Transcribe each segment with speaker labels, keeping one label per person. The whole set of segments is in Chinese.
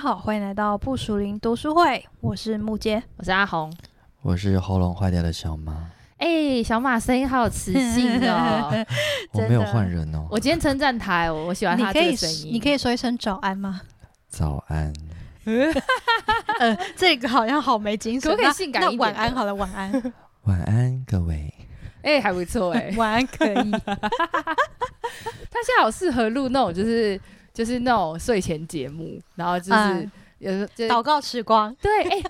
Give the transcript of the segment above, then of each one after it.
Speaker 1: 好，欢迎来到不熟林读书会，我是木杰。
Speaker 2: 我是阿红。
Speaker 3: 我是喉咙坏掉的 小马，
Speaker 2: 哎、小马声音好有磁性哦！
Speaker 3: 我
Speaker 1: 真
Speaker 3: 没有
Speaker 1: 的
Speaker 3: 换人哦。
Speaker 2: 我今天称赞他，我我喜欢
Speaker 1: 你
Speaker 2: 他
Speaker 1: 可
Speaker 2: 这
Speaker 1: 以
Speaker 2: 个声音。
Speaker 1: 你可以说一声早安吗？
Speaker 3: 早安，
Speaker 1: 呃， 这个好像好没精神。
Speaker 2: 可不可以
Speaker 1: 那
Speaker 2: 性感一点
Speaker 1: 那晚安
Speaker 2: 的
Speaker 1: 好了，晚安，
Speaker 3: 晚安，各位。
Speaker 2: 哎、还不错哎、
Speaker 1: 晚安可以。
Speaker 2: 他现在好适合录那种就是就是那种睡前节目，然后就是、
Speaker 1: 嗯
Speaker 2: 有时候就是
Speaker 1: 祷告时光，
Speaker 2: 对哎、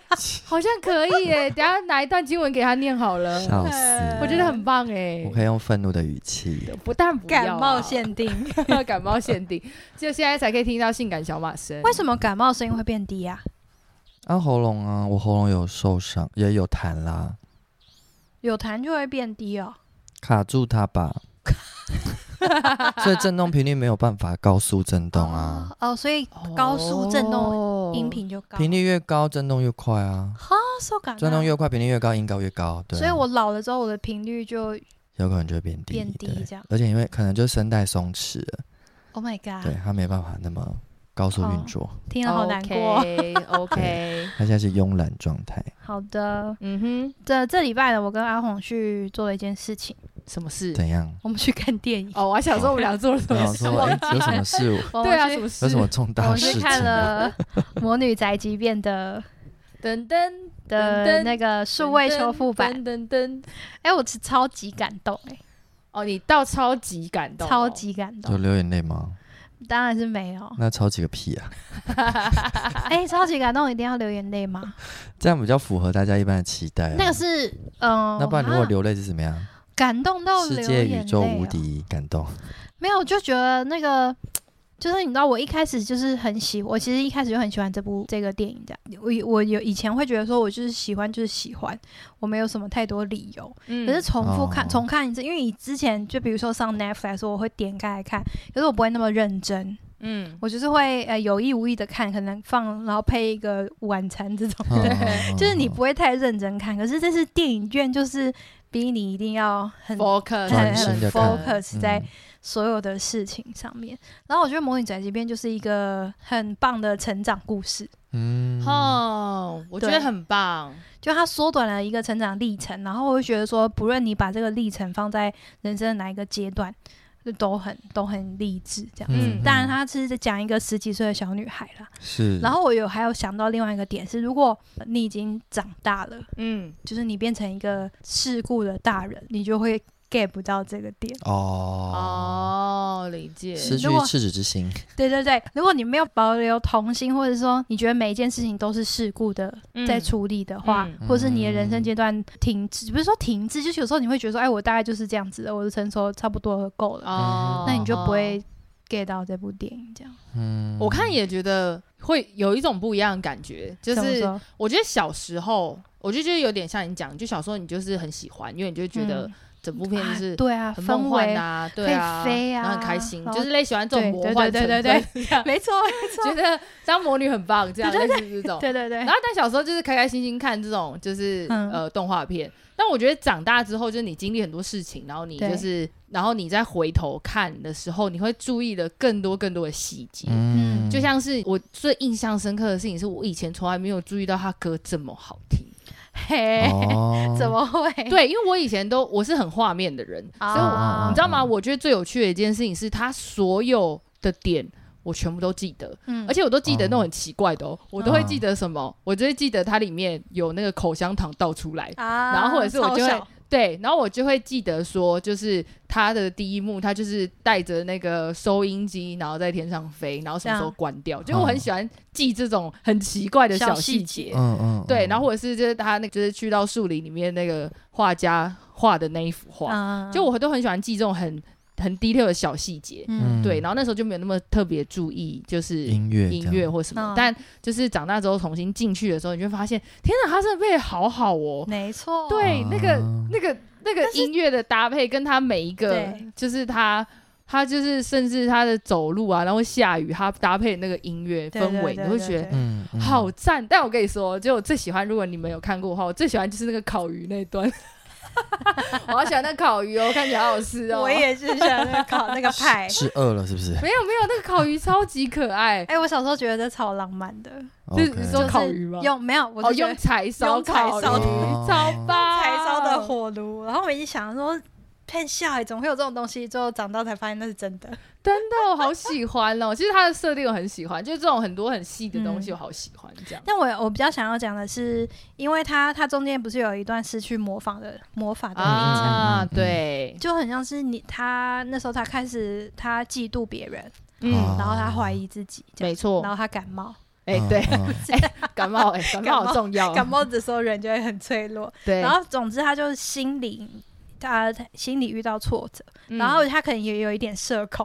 Speaker 2: 好像可以 哎、等一下拿一段经文给他念好了，
Speaker 1: 啊
Speaker 3: 笑死！
Speaker 2: 我觉得很棒哎、
Speaker 3: 我可以用愤怒的语气，
Speaker 2: 不但不要啊
Speaker 1: 感冒限定。
Speaker 2: 感冒限定，就现在才可以听到性感小马声。
Speaker 1: 为什么感冒声音会变低啊？
Speaker 3: 啊，喉咙啊，我喉咙有受伤，也有痰啦，
Speaker 1: 有痰就会变低哦。
Speaker 3: 卡住它吧。 所以震动频率没有办法高速震动啊，
Speaker 1: 哦，所以高速震动
Speaker 2: 哦
Speaker 1: 音频就高。
Speaker 3: 频率越高，震动越快啊，
Speaker 1: 哈，受感
Speaker 3: 震动越快，频率越高，音高越高。对啊，
Speaker 1: 所以我老了之后，我的频率就
Speaker 3: 有可能就会变低，
Speaker 1: 变低
Speaker 3: 对
Speaker 1: 这样
Speaker 3: 而且因为可能就是声带松弛了，
Speaker 1: Oh my
Speaker 3: 对
Speaker 1: God，
Speaker 3: 它没办法那么高速
Speaker 1: 哦
Speaker 3: 运作，
Speaker 1: 听了好难过。
Speaker 2: OK，, o k
Speaker 3: 它现在是慵懒状态。
Speaker 1: 好的，
Speaker 2: 嗯哼，
Speaker 1: 这这礼拜呢，我跟阿红去做了一件事情，
Speaker 2: 什么事？
Speaker 3: 怎样？
Speaker 1: 我们去看电 影。
Speaker 2: 哦，我还想说我们俩做了什
Speaker 3: 我
Speaker 2: 么
Speaker 3: 想
Speaker 2: 事
Speaker 3: 说，？哎有什么事？
Speaker 1: 我
Speaker 2: 对啊，
Speaker 1: 们
Speaker 2: 什
Speaker 1: 去
Speaker 2: 么
Speaker 3: 有
Speaker 2: 事？
Speaker 3: 什么重
Speaker 1: 我
Speaker 3: 大
Speaker 1: 们
Speaker 3: 事
Speaker 1: 去
Speaker 3: 情？
Speaker 1: 看了《魔女宅急便》 的
Speaker 2: 噔噔
Speaker 1: 的
Speaker 2: 噔
Speaker 1: 那个数位修复版，
Speaker 2: 噔噔噔。
Speaker 1: 哎，我是超级感动，哎，
Speaker 2: 哦，你到超级感动哦，
Speaker 1: 超 级感
Speaker 3: 有
Speaker 1: 动，
Speaker 3: 流眼泪吗？，
Speaker 1: 当然是没有
Speaker 3: 那超级个屁啊！
Speaker 1: 哎，超级感动一定要流眼泪吗？
Speaker 3: 这样比较符合大家一般的期待、啊。
Speaker 1: 那个，是，嗯，
Speaker 3: 那不然如果
Speaker 1: 啊
Speaker 3: 流泪是怎么样？
Speaker 1: 感动到
Speaker 3: 世
Speaker 1: 流
Speaker 3: 界
Speaker 1: 眼泪
Speaker 3: 宇
Speaker 1: 哦，
Speaker 3: 宙无敌感动，
Speaker 1: 没有，我就觉得那个。就是你知道，我一开始就是很喜，我其实一开始就很喜欢这部这个电影这样。我以我有以前会觉得说，我就是喜欢就是喜欢，我没有什么太多理由。
Speaker 2: 嗯
Speaker 1: 可是重复看、
Speaker 3: 哦
Speaker 1: 重看一次，因为你之前就比如说上 Netflix，我会点开来看，可是我不会那么认真，
Speaker 2: 嗯，
Speaker 1: 我就是会呃有意无意的看，可能放然后配一个晚餐这种，
Speaker 3: 嗯
Speaker 1: 对，
Speaker 3: 嗯
Speaker 1: 就是你
Speaker 3: 嗯
Speaker 1: 不会太认真看。可是这次电影院就是逼你一定要很
Speaker 2: focus
Speaker 3: 专心地看
Speaker 1: focus 在
Speaker 3: 嗯
Speaker 1: 所有的事情上面。然后我觉得《魔女宅急便》就是一个很棒的成长故事，
Speaker 3: 嗯
Speaker 2: 哦，我觉
Speaker 1: 对
Speaker 2: 得很棒。
Speaker 1: 就它缩短了一个成长历程。然后我就觉得说，不论你把这个历程放在人生的哪一个阶段，就都很都很励志这样。
Speaker 2: 嗯
Speaker 1: 当然，它是在讲一个十几岁的小女孩啦。
Speaker 3: 是，
Speaker 1: 然后我有还有想到另外一个点是，如果你已经长大了，
Speaker 2: 嗯，
Speaker 1: 就是你变成一个世故的大人，你就会 get 不到这个点。
Speaker 3: 哦
Speaker 2: 哦，理解。
Speaker 3: 失去
Speaker 1: 如果
Speaker 3: 赤子之心，
Speaker 1: 对对对，如果你没有保留童心，或者说你觉得每一件事情都是事故的
Speaker 2: 嗯
Speaker 1: 在处理的话，
Speaker 2: 嗯
Speaker 1: 或者是你的人生阶段停滞，不是说停滞，就是有时候你会觉得说，哎，我大概就是这样子的，我的成熟差不多了够
Speaker 3: 嗯
Speaker 1: 了，
Speaker 2: 哦，
Speaker 1: 那你就不会 get 到这部电影这样。
Speaker 3: 嗯，
Speaker 2: 我看也觉得会有一种不一样的感觉，就
Speaker 1: 怎么
Speaker 2: 是
Speaker 1: 说
Speaker 2: 我觉得小时候，我就觉得有点像你讲，就小时候你就是很喜欢，因为你就觉得
Speaker 1: 嗯
Speaker 2: 整部片就是
Speaker 1: 啊对啊，
Speaker 2: 很
Speaker 1: 氛
Speaker 2: 梦幻
Speaker 1: 围
Speaker 2: 的啊，
Speaker 1: 以
Speaker 2: 对啊，
Speaker 1: 飞啊
Speaker 2: 然后很开心，
Speaker 1: 然后
Speaker 2: 就是类喜欢这种魔幻
Speaker 1: 对对对对
Speaker 2: 对对，
Speaker 1: 没错，没错
Speaker 2: 觉得当魔女很棒，这样类似这 种。
Speaker 1: 对对对
Speaker 2: 然，后但小时候就是开开心心看这种就是、
Speaker 1: 嗯
Speaker 2: 呃动画片，但我觉得长大之后就是你经历很多事情，然后你
Speaker 1: 对
Speaker 2: 就是然后你再回头看的时候，你会注意的更多更多的细节。
Speaker 1: 嗯
Speaker 2: 就像是我最印象深刻的事情，是我以前从来没有注意到他歌这么好听。
Speaker 1: 嘿，
Speaker 3: 哦
Speaker 1: 怎么会？
Speaker 2: 对，因为我以前都我是很画面的人，所以我
Speaker 3: 嗯
Speaker 1: 啊，
Speaker 2: 你知道吗？我觉得最有趣的一件事情是，他所有的点我全部都记得，
Speaker 1: 嗯
Speaker 2: 而且我都记得那种很奇怪的哦，我都会记得什么，我就会记得它里面有那个口香糖倒出来。
Speaker 1: 啊，
Speaker 2: 然后或者是我就会
Speaker 1: 超小
Speaker 2: 对，然后我就会记得说，就是他的第一幕，他就是带着那个收音机，然后在天上飞，然后什么时候
Speaker 1: 对啊
Speaker 2: 关掉，就我很喜欢记这种很奇怪的小细节。
Speaker 3: 嗯嗯，
Speaker 2: 对，
Speaker 3: 嗯
Speaker 2: 然后或者是就是他那就是去到树林里面那个画家画的那一幅画，
Speaker 1: 嗯
Speaker 2: 就我都很喜欢记这种很很 detail 的小细节，
Speaker 1: 嗯
Speaker 2: 对，然后那时候就没有那么特别注意，就是
Speaker 3: 音乐这
Speaker 2: 音
Speaker 3: 样
Speaker 2: 乐或什么
Speaker 1: 嗯，
Speaker 2: 但就是长大之后重新进去的时候，你就会发现，天哪，他真的配得好好哦，
Speaker 3: 嗯
Speaker 1: 没错，
Speaker 2: 对，那个
Speaker 3: 啊
Speaker 2: 那个那个音乐的搭配，跟他每一个
Speaker 1: 对
Speaker 2: 就是他。他就是，甚至他的走路啊，然后下雨，他搭配那个音乐
Speaker 1: 对对
Speaker 2: 氛围，
Speaker 1: 对
Speaker 2: 你会
Speaker 1: 对
Speaker 2: 觉
Speaker 1: 对
Speaker 2: 得
Speaker 3: 嗯，嗯。
Speaker 2: 好赞。但我跟你说，就我最喜欢，如果你们有看过的话，我最喜欢就是那个烤鱼那一段， 我好喜欢那烤鱼哦，看起来好好吃哦。
Speaker 1: 我也是想 那个烤那个派
Speaker 3: 是饿了是不是
Speaker 2: 没有没有，那个烤鱼超级可爱。
Speaker 1: 哎、我小时候觉得超浪漫的，
Speaker 2: 就
Speaker 3: ？OK？
Speaker 2: 是你说烤鱼吗？
Speaker 1: 用没有？我
Speaker 2: 哦，
Speaker 1: 就觉得
Speaker 2: 用柴烧
Speaker 1: 用柴
Speaker 2: 烤鱼，哦
Speaker 1: 烧
Speaker 3: 的哦
Speaker 2: 超 棒！
Speaker 1: 柴烧的火炉，然后我一想说，骗笑哎，怎么会有这种东西？最后长大才发现那是真的。
Speaker 2: 真的我好喜欢哦。 其实它的设定我很喜欢，就是这种很多很细的东
Speaker 1: 嗯
Speaker 2: 西我好喜欢这样。
Speaker 1: 但我我比较想要讲的是，因为它它中间不是有一段失去魔法的魔法的名称，
Speaker 2: 啊
Speaker 3: 嗯嗯，嗯
Speaker 2: 对，
Speaker 1: 就很像是你他那时候他开始他嫉妒别人，
Speaker 2: 嗯，
Speaker 1: 然后他怀疑自己，这样
Speaker 2: 没错
Speaker 1: 然。后他感冒，
Speaker 2: 哎，对，
Speaker 3: 嗯嗯
Speaker 2: 感冒， 哎，感冒好重要。
Speaker 1: 感冒的时候人就会很脆弱。
Speaker 2: 对，
Speaker 1: 然后总之他就是心理他他心理遇到挫折，
Speaker 2: 嗯
Speaker 1: 然后他可能也有一点社恐。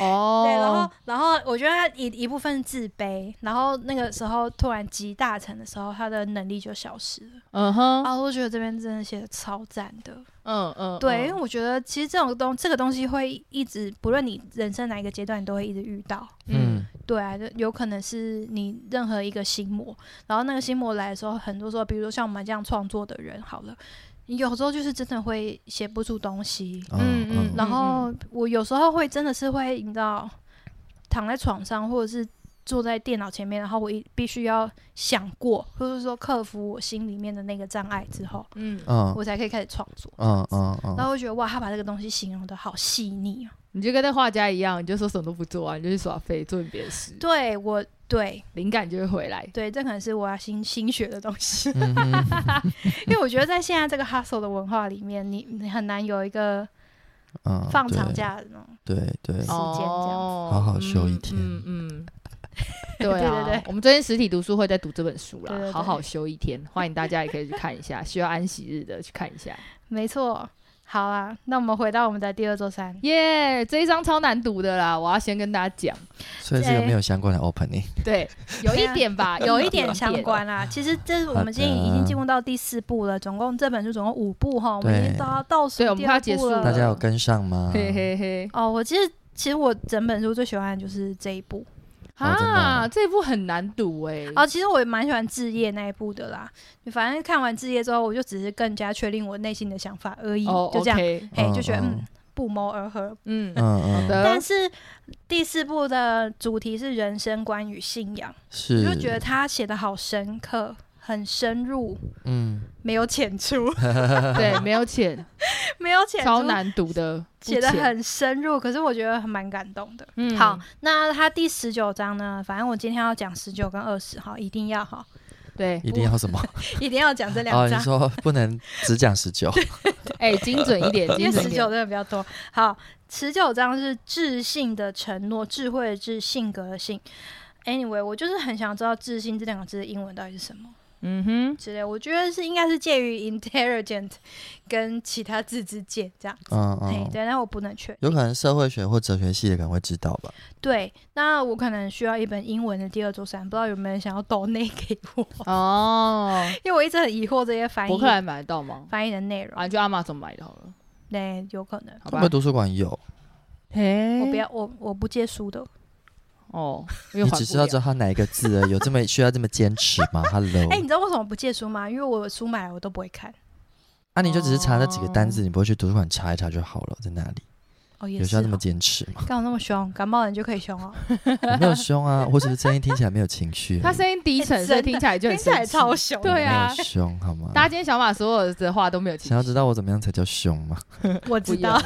Speaker 2: 哦，
Speaker 1: 对，然后然后我觉得他一一部分自卑，然后那个时候突然集大成的时候，他的能力就消失了。
Speaker 2: 嗯哼，
Speaker 1: 啊，我觉得这边真的写的超赞的。
Speaker 2: 嗯嗯，
Speaker 1: 对，因为
Speaker 2: 嗯
Speaker 1: 我觉得其实这种东这个东西会一直，不论你人生哪一个阶段，你都会一直遇到。
Speaker 2: 嗯
Speaker 3: 嗯，
Speaker 1: 对啊，就有可能是你任何一个心魔，然后那个心魔来的时候，很多时候，比如说像我们这样创作的人，好了，你有时候就是真的会写不出东西，
Speaker 2: 嗯嗯
Speaker 1: 然后我有时候会真的是会，你知道，躺在床上或者是坐在电脑前面，然后我一必须要想过，或者说克服我心里面的那个障碍之后，
Speaker 2: 嗯，
Speaker 3: 嗯
Speaker 1: 我才可以开始创作。
Speaker 3: 嗯嗯嗯
Speaker 1: 然后我觉得哇，他把这个东西形容的好细腻哦。
Speaker 2: 你就跟那画家一样，你就说什么都不做啊，你就去耍废，做你别的事，
Speaker 1: 对我，对
Speaker 2: 灵感就会回来。
Speaker 1: 对，这可能是我要新新学的东西，
Speaker 3: 嗯哼
Speaker 1: 因为我觉得在现在这个 hustle 的文化里面，你你很难有一个
Speaker 3: 嗯，
Speaker 1: 放长假的那种。
Speaker 3: 对对对
Speaker 1: 间这样子
Speaker 2: 哦
Speaker 3: 好好休一天
Speaker 2: 嗯嗯。 嗯对
Speaker 1: 对
Speaker 2: 啊，
Speaker 1: 对对
Speaker 2: 我们最近实体读书会在读这本书啦，
Speaker 1: 对对对
Speaker 2: 好好休一天，欢迎大家也可以去看一下，需要安息日的去看一下。
Speaker 1: 没错，好啊，那我们回到我们的第二座山。
Speaker 2: 耶、这一章超难读的啦，我要先跟大家讲，
Speaker 3: 所以这个没有相关的 opening。
Speaker 2: 对，有一点吧，
Speaker 1: 有一点相。关啦。其实这是我们今天已经进入到第四部了，总共这本书总共五部哈，我们已经
Speaker 3: 对
Speaker 1: 到倒数
Speaker 2: 对我们
Speaker 1: 第
Speaker 2: 快要
Speaker 1: 二
Speaker 2: 结束
Speaker 1: 部
Speaker 2: 了
Speaker 3: 大家有跟上吗？
Speaker 2: 呃嘿嘿嘿，
Speaker 1: 哦，我其实其实我整本书最喜欢的就是这一部
Speaker 3: 哦真的
Speaker 2: 啊，
Speaker 3: 哦
Speaker 2: 这一部很难读哎、
Speaker 1: 哦，其实我也蛮喜欢《置业》那一部的啦。反正看完《置业》之后，我就只是更加确定我内心的想法而已，
Speaker 2: 哦
Speaker 1: 就这样，
Speaker 2: ，OK，
Speaker 1: 嘿，就觉得
Speaker 3: 嗯
Speaker 1: 嗯，不谋而合。
Speaker 2: 嗯，
Speaker 3: 嗯
Speaker 2: 好
Speaker 3: 嗯，
Speaker 2: 的
Speaker 1: 但是第四部的主题是人生观与信仰，我
Speaker 3: 是，
Speaker 1: 就觉得他写的好深刻，很深入，
Speaker 3: 嗯，
Speaker 1: 没有浅出，
Speaker 2: 对，没有钱，
Speaker 1: 没有浅出，
Speaker 2: 超难读的，不
Speaker 1: 写的
Speaker 2: 浅，
Speaker 1: 很深入，可是我觉得还蛮感动的。
Speaker 2: 嗯
Speaker 1: 好，，那他第十九章呢？反正我今天要讲十九跟二十哈，一定要哈，
Speaker 2: 对，
Speaker 3: 一定要 什么？
Speaker 1: 一定要讲这
Speaker 3: 哦，
Speaker 1: 两
Speaker 3: 你
Speaker 1: 章，
Speaker 3: 说不能只讲 十九，
Speaker 2: 哎、精准一点，
Speaker 1: 因
Speaker 2: 精
Speaker 1: 为
Speaker 2: 准
Speaker 1: 十
Speaker 2: 一
Speaker 1: 九
Speaker 2: 点
Speaker 1: 真，的比较多。好，十九章是智性的承诺，智慧的智，性格的性。Anyway，我就是很想知道“智性”这两个字的英文到底是什么
Speaker 2: 嗯哼，
Speaker 1: 之类。我觉得是应该是介于 intelligent 跟其他字之间这样。
Speaker 3: 嗯
Speaker 1: 嘿，
Speaker 3: 嗯，
Speaker 1: 对，但我不能确
Speaker 3: 有可能社会学或哲学系的可能会知道吧。
Speaker 1: 对，那我可能需要一本英文的第二周三，不知道有没有人想要抖内给我，
Speaker 2: 哦，
Speaker 1: 因为我一直很疑惑这些翻
Speaker 2: 博
Speaker 1: 译
Speaker 2: 客来买得到吗？
Speaker 1: 翻译的内容
Speaker 2: 啊，。你去阿玛总买的好了，
Speaker 1: 对，有可能。
Speaker 2: 好
Speaker 3: 会
Speaker 2: 吧
Speaker 3: 不会？图书馆有？
Speaker 2: 嘿
Speaker 1: 我不要，我我不借书的。
Speaker 2: 哦，因
Speaker 3: 你
Speaker 2: 为还
Speaker 3: 只
Speaker 2: 不
Speaker 3: 是要
Speaker 2: 了
Speaker 3: 知道它哪一个字 而已，有这么需要这么坚持吗？Hello，
Speaker 2: 哦
Speaker 1: 哎、你知道为什么不借书吗？因为我书买了我都不会看。
Speaker 3: 那啊你就只是查那几个单字，你不会去图书馆查一查就好了，在那里
Speaker 1: 哦，也
Speaker 3: 有需
Speaker 1: 是
Speaker 3: 要
Speaker 1: 哦。
Speaker 3: 这么坚持吗？
Speaker 1: 干嘛那么凶？感冒人就可以凶哦，
Speaker 3: 我没有凶啊，我只是声音听起来没有情绪而已，
Speaker 2: 他声音低沉，
Speaker 1: 哎
Speaker 2: 所
Speaker 1: 真
Speaker 2: 以
Speaker 1: 的
Speaker 2: 听起来就
Speaker 1: 听
Speaker 2: 很
Speaker 1: 起来
Speaker 2: 生气
Speaker 1: 超凶。
Speaker 2: 对啊
Speaker 3: 我没有凶好吗？
Speaker 2: 大家今天小马所有的话都没有
Speaker 3: 想
Speaker 2: 听
Speaker 3: 要，知道我怎么样才叫凶吗？
Speaker 1: 我知
Speaker 2: 不一
Speaker 1: 道
Speaker 2: 样。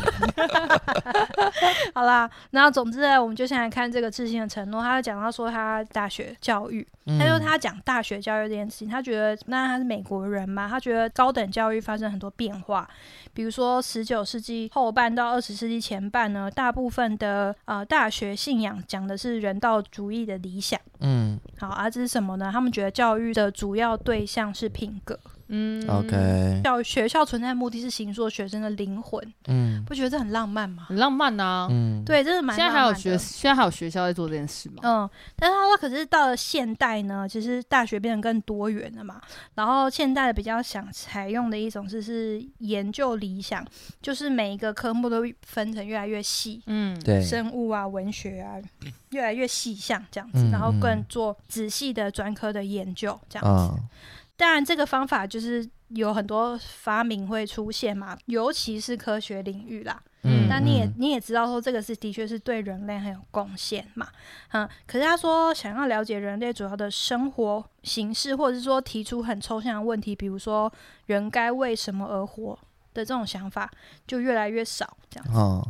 Speaker 1: 好啦，然后总之呢，我们就先来看这个智信的承诺。他就讲到说他大学教育，
Speaker 3: 嗯
Speaker 1: 他
Speaker 2: 嗯
Speaker 1: 说他讲大学教育这件事情，他觉得那他是美国人嘛，他觉得高等教育发生很多变化，比如说十九世纪后半到二十世纪前半呢，大部分的呃大学信仰讲的是人道主义的理想。
Speaker 3: 嗯
Speaker 1: 好啊，这是什么呢？他们觉得教育的主要对象是品格，
Speaker 2: 嗯
Speaker 3: ，OK，
Speaker 1: 教学校存在的目的是形塑学生的灵魂，
Speaker 3: 嗯
Speaker 1: 不觉得这很浪漫吗？
Speaker 2: 很浪漫呐。
Speaker 3: 嗯，
Speaker 1: 对，这是蛮
Speaker 2: 现在
Speaker 1: 浪
Speaker 2: 还
Speaker 1: 漫
Speaker 2: 有
Speaker 1: 的。
Speaker 2: 学，现在还有学校在做这件事吗？
Speaker 1: 嗯，但是他说，可是到了现代呢，其实大学变得更多元了嘛。然后现代的比较想采用的一种是是研究理想，就是每一个科目都分成越来越细，
Speaker 2: 嗯，
Speaker 3: 对，
Speaker 1: 生物啊、文学啊，越来越细项这样子，
Speaker 3: 嗯
Speaker 1: 然后
Speaker 3: 嗯
Speaker 1: 更做仔细的专科的研究这样子。
Speaker 3: 嗯
Speaker 1: 当然，这个方法就是有很多发明会出现嘛，尤其是科学领域啦。
Speaker 2: 嗯
Speaker 1: 那你也你也知道说这个是的确是对人类很有贡献嘛，嗯，可是他说想要了解人类主要的生活形式，或者是说提出很抽象的问题，比如说人该为什么而活的这种想法就越来越少。这样，
Speaker 3: 哦，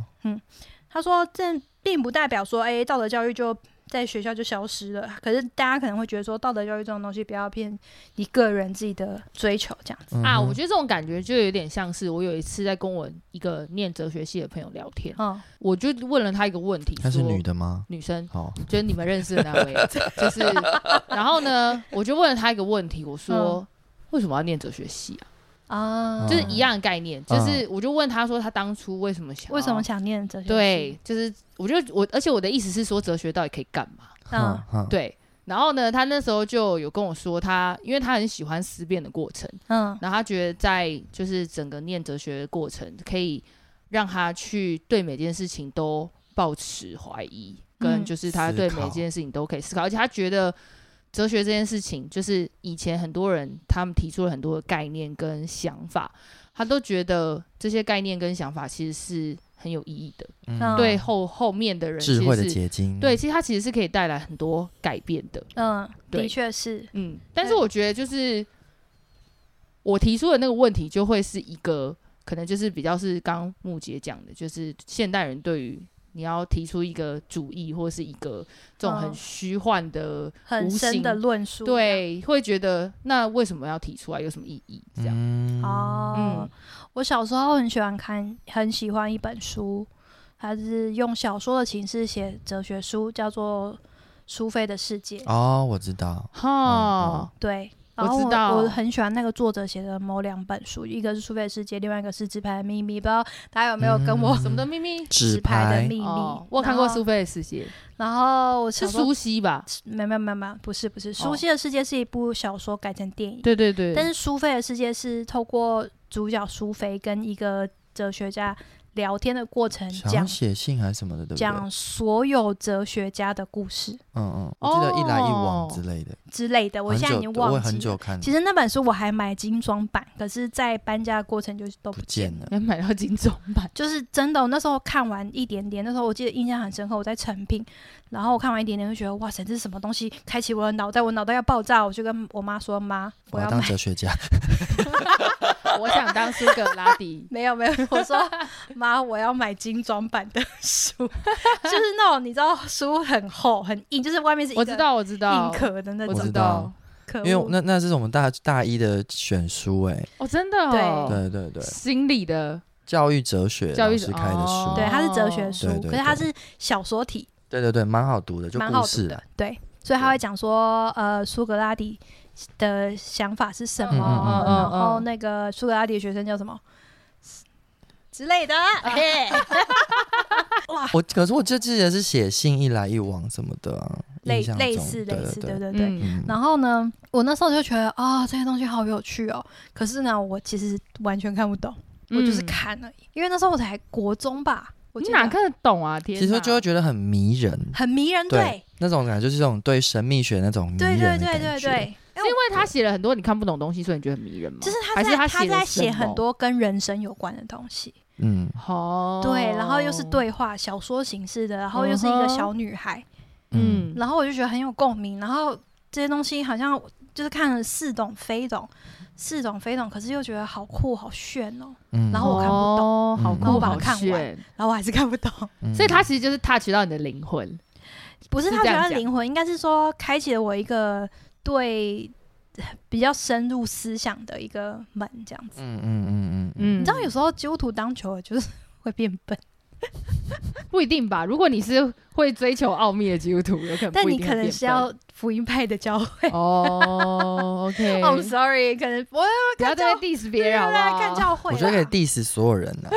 Speaker 1: 他说这并不代表说，诶，道德教育就在学校就消失了。可是大家可能会觉得说，道德教育这种东西不要骗你个人自己的追求这样子。
Speaker 3: 嗯
Speaker 2: 啊，
Speaker 3: 哼
Speaker 2: 我觉得这种感觉就有点像是我有一次在跟我一个念哲学系的朋友聊天，
Speaker 1: 嗯，
Speaker 2: 我就问了他一个问题，
Speaker 3: 她是
Speaker 2: 说
Speaker 3: 女的吗？
Speaker 2: 女生，
Speaker 3: 好，
Speaker 1: 嗯
Speaker 2: 就是你们认识的那 位，就是，然后呢，我就问了他一个问题，我说、
Speaker 1: 嗯
Speaker 2: 为什么要念哲学系啊？
Speaker 1: 啊，
Speaker 2: 就是一样的概念，就是我就问他说他当初为什么想要
Speaker 1: 为什么想念哲学？
Speaker 2: 对，，就是我觉得我，而且我的意思是说哲学到底可以干嘛？
Speaker 1: 嗯
Speaker 3: 哼，哼，
Speaker 2: 对。然后呢，他那时候就有跟我说他，因为他很喜欢思辨的过程，
Speaker 1: 嗯
Speaker 2: 然后他觉得在就是整个念哲学的过程，可以让他去对每件事情都抱持怀疑，跟
Speaker 1: 嗯
Speaker 2: 就是他
Speaker 3: 思
Speaker 2: 对每
Speaker 3: 考
Speaker 2: 件事情都可以思考，而且他觉得哲学这件事情，就是以前很多人他们提出了很多的概念跟想法，他都觉得这些概念跟想法其实是很有意义的，
Speaker 1: 嗯
Speaker 2: 对后后面的人其实
Speaker 3: 智慧的
Speaker 2: 是
Speaker 3: 结晶，
Speaker 2: 对，，其实它其实是可以带来很多改变的。
Speaker 1: 嗯，
Speaker 2: 对
Speaker 1: 的确是，
Speaker 2: 嗯，但是我觉得就是我提出的那个问题，就会是一个可能就是比较是刚刚木姐讲的，就是现代人对于你要提出一个主义或是一个这种很
Speaker 1: 嗯
Speaker 2: 虚幻的，
Speaker 1: 很
Speaker 2: 无
Speaker 1: 深的
Speaker 2: 形
Speaker 1: 论述。。
Speaker 2: 对，会觉得那为什么要提出来，有什么意义？这样，
Speaker 3: 嗯，
Speaker 1: 哦，我小时候很喜欢看，很喜欢一本书，它是用小说的形式写哲学书，叫做《苏菲的世界》。
Speaker 3: 哦，我知道，
Speaker 2: 嗯哈，
Speaker 1: 对，
Speaker 2: 我
Speaker 1: 然后
Speaker 2: 知
Speaker 1: 我
Speaker 2: 道
Speaker 1: 我很喜欢那个作者写的某两本书，一个是《苏菲的世界》，另外一个是《纸牌的秘密》，不知道大家有没有跟我
Speaker 3: 嗯
Speaker 2: 什么的秘密？
Speaker 1: 纸
Speaker 3: 纸
Speaker 1: 牌的
Speaker 3: 牌
Speaker 1: 秘密》
Speaker 2: 哦，我有看过
Speaker 1: 然后
Speaker 2: 苏。菲的世界，
Speaker 1: 然后我
Speaker 2: 是
Speaker 1: 小时候
Speaker 2: 苏西吧？
Speaker 1: 没有没有没有没有，不是不是，《苏
Speaker 2: 哦
Speaker 1: 西的世界》是一部小说改成电影，
Speaker 2: 对对对，
Speaker 1: 但是苏菲的世界是透过主角苏菲跟一个哲学家聊天的过程
Speaker 3: 想
Speaker 1: 讲
Speaker 3: 要写信还是什么的，对不对？嗯
Speaker 1: 讲所有哲学家的故事
Speaker 3: 嗯，我记得一来一往
Speaker 2: 哦
Speaker 3: 之类的，
Speaker 1: 之类的。我
Speaker 3: 很
Speaker 1: 现在已
Speaker 3: 久
Speaker 1: 经
Speaker 3: 我
Speaker 1: 忘
Speaker 3: 很
Speaker 1: 记了。
Speaker 3: 久嗯看，
Speaker 1: 其实那本书我还买精装版，可是，在搬家的过程就都不
Speaker 3: 不
Speaker 1: 见
Speaker 3: 见
Speaker 1: 了。
Speaker 3: 了，
Speaker 2: 要买到金钟版。
Speaker 1: 就是真的，我那时候看完一点点，那时候我记得印象很深刻，我在成品，然后我看完一点点就觉得哇塞，这是什么东西？开启我的脑袋，我脑袋要爆炸，我就跟我妈说：“妈，我
Speaker 3: 要
Speaker 1: 要
Speaker 3: 当
Speaker 1: 买。。
Speaker 3: 哲学家，
Speaker 2: 我想当苏格拉底
Speaker 1: 没有没有，我说妈，我要买精装版的书，就是那种你知道书很厚很硬，就是外面是一
Speaker 2: 我
Speaker 1: 个
Speaker 2: 知道，我知道
Speaker 1: 硬，壳的那
Speaker 2: 我
Speaker 1: 种
Speaker 2: 知
Speaker 3: 知。
Speaker 2: 道
Speaker 3: 道，
Speaker 1: 可恶
Speaker 3: 因为那那是我们大大一的选书，哎，
Speaker 2: 哦，真的哦，
Speaker 3: 对对对，
Speaker 2: 心理的
Speaker 3: 教育哲学
Speaker 2: 教育
Speaker 3: 老师开的
Speaker 2: 哦
Speaker 3: 书，
Speaker 1: 对，它是哲学
Speaker 2: 哦
Speaker 1: 书，
Speaker 3: 对对
Speaker 1: 可是它
Speaker 3: 对
Speaker 1: 是小说体，
Speaker 3: 对对对，蛮好读的，就
Speaker 1: 蛮
Speaker 3: 故
Speaker 1: 好读
Speaker 3: 事啦
Speaker 1: 的。对，所以他会讲说，呃，苏格拉底的想法是什么，
Speaker 2: 嗯
Speaker 3: 嗯嗯
Speaker 2: 嗯
Speaker 1: 然后
Speaker 2: 嗯
Speaker 1: 那个苏格拉底的学生叫什么 之类 的。嘿哇，
Speaker 3: 我可是我就记得是写信一来一往什么的啊、
Speaker 1: 类
Speaker 3: 印象中
Speaker 1: 类似类似，对
Speaker 3: 对。
Speaker 1: 对对。
Speaker 2: 嗯，
Speaker 1: 然后呢，我那时候就觉得啊、这些东西好有趣哦。可是呢，我其实完全看不懂，我就是
Speaker 2: 嗯，
Speaker 1: 看而已。因为那时候我才国中吧，我
Speaker 2: 你
Speaker 1: 记
Speaker 2: 哪
Speaker 1: 得
Speaker 2: 看得懂啊？天哪，
Speaker 3: 其实就会觉得很迷人，
Speaker 1: 很迷人，
Speaker 3: 对那种感觉就是这种对神秘学那种迷
Speaker 1: 对对
Speaker 3: 人的
Speaker 1: 对
Speaker 3: 感
Speaker 1: 对
Speaker 3: 觉。
Speaker 1: 对。
Speaker 2: 是因为他写了很多你看不懂的东西，所以你觉得很迷人吗？
Speaker 1: 就是他
Speaker 2: 还
Speaker 1: 在
Speaker 2: 是
Speaker 1: 他
Speaker 2: 写
Speaker 1: 在
Speaker 2: 了
Speaker 1: 写
Speaker 2: 什么
Speaker 1: 很，多跟人生有关的东西，
Speaker 3: 嗯，
Speaker 2: 哦，
Speaker 1: 对，然后又是，对话小说形式的，然后又是一
Speaker 2: 嗯
Speaker 1: 个
Speaker 2: 哼
Speaker 1: 小女孩，
Speaker 3: 嗯
Speaker 2: 嗯，
Speaker 1: 然后我就觉得很有共鸣，然后这些东西好像就是看了似懂非懂，似懂非懂，可是又觉得好酷好炫哦，
Speaker 3: 嗯，
Speaker 1: 然后我看不懂
Speaker 2: 懂哦好
Speaker 3: 嗯
Speaker 2: 酷，
Speaker 3: 然后我
Speaker 1: 把它
Speaker 2: 好
Speaker 1: 看完
Speaker 2: 炫
Speaker 1: 然后我还是看不懂，
Speaker 3: 嗯
Speaker 2: 所以他其实就是 touch 到你的灵魂，
Speaker 1: 不是
Speaker 2: 是
Speaker 1: 他
Speaker 2: 这
Speaker 1: 觉
Speaker 2: 样
Speaker 1: 得
Speaker 2: 讲
Speaker 1: 灵魂，应该是说开启了我一个对比较深入思想的一个门，这样子。
Speaker 3: 嗯嗯嗯嗯嗯，
Speaker 2: 嗯，
Speaker 1: 你知道有时候基督徒当久了就是 会变笨。
Speaker 2: 不一定吧？如果你是会追求奥秘的基督徒，有可能
Speaker 1: 但
Speaker 2: 不一
Speaker 1: 你
Speaker 2: 定
Speaker 1: 可
Speaker 2: 会
Speaker 1: 能
Speaker 2: 变
Speaker 1: 是
Speaker 2: 笨
Speaker 1: 要福音派的教会。
Speaker 2: 哦 ，OK，
Speaker 1: I'm sorry，可能我
Speaker 2: 不要再
Speaker 1: 看
Speaker 2: diss 别人好不
Speaker 1: 来看
Speaker 2: 好？
Speaker 1: 教会啦。
Speaker 3: 我觉得可以 diss 所有人呐、啊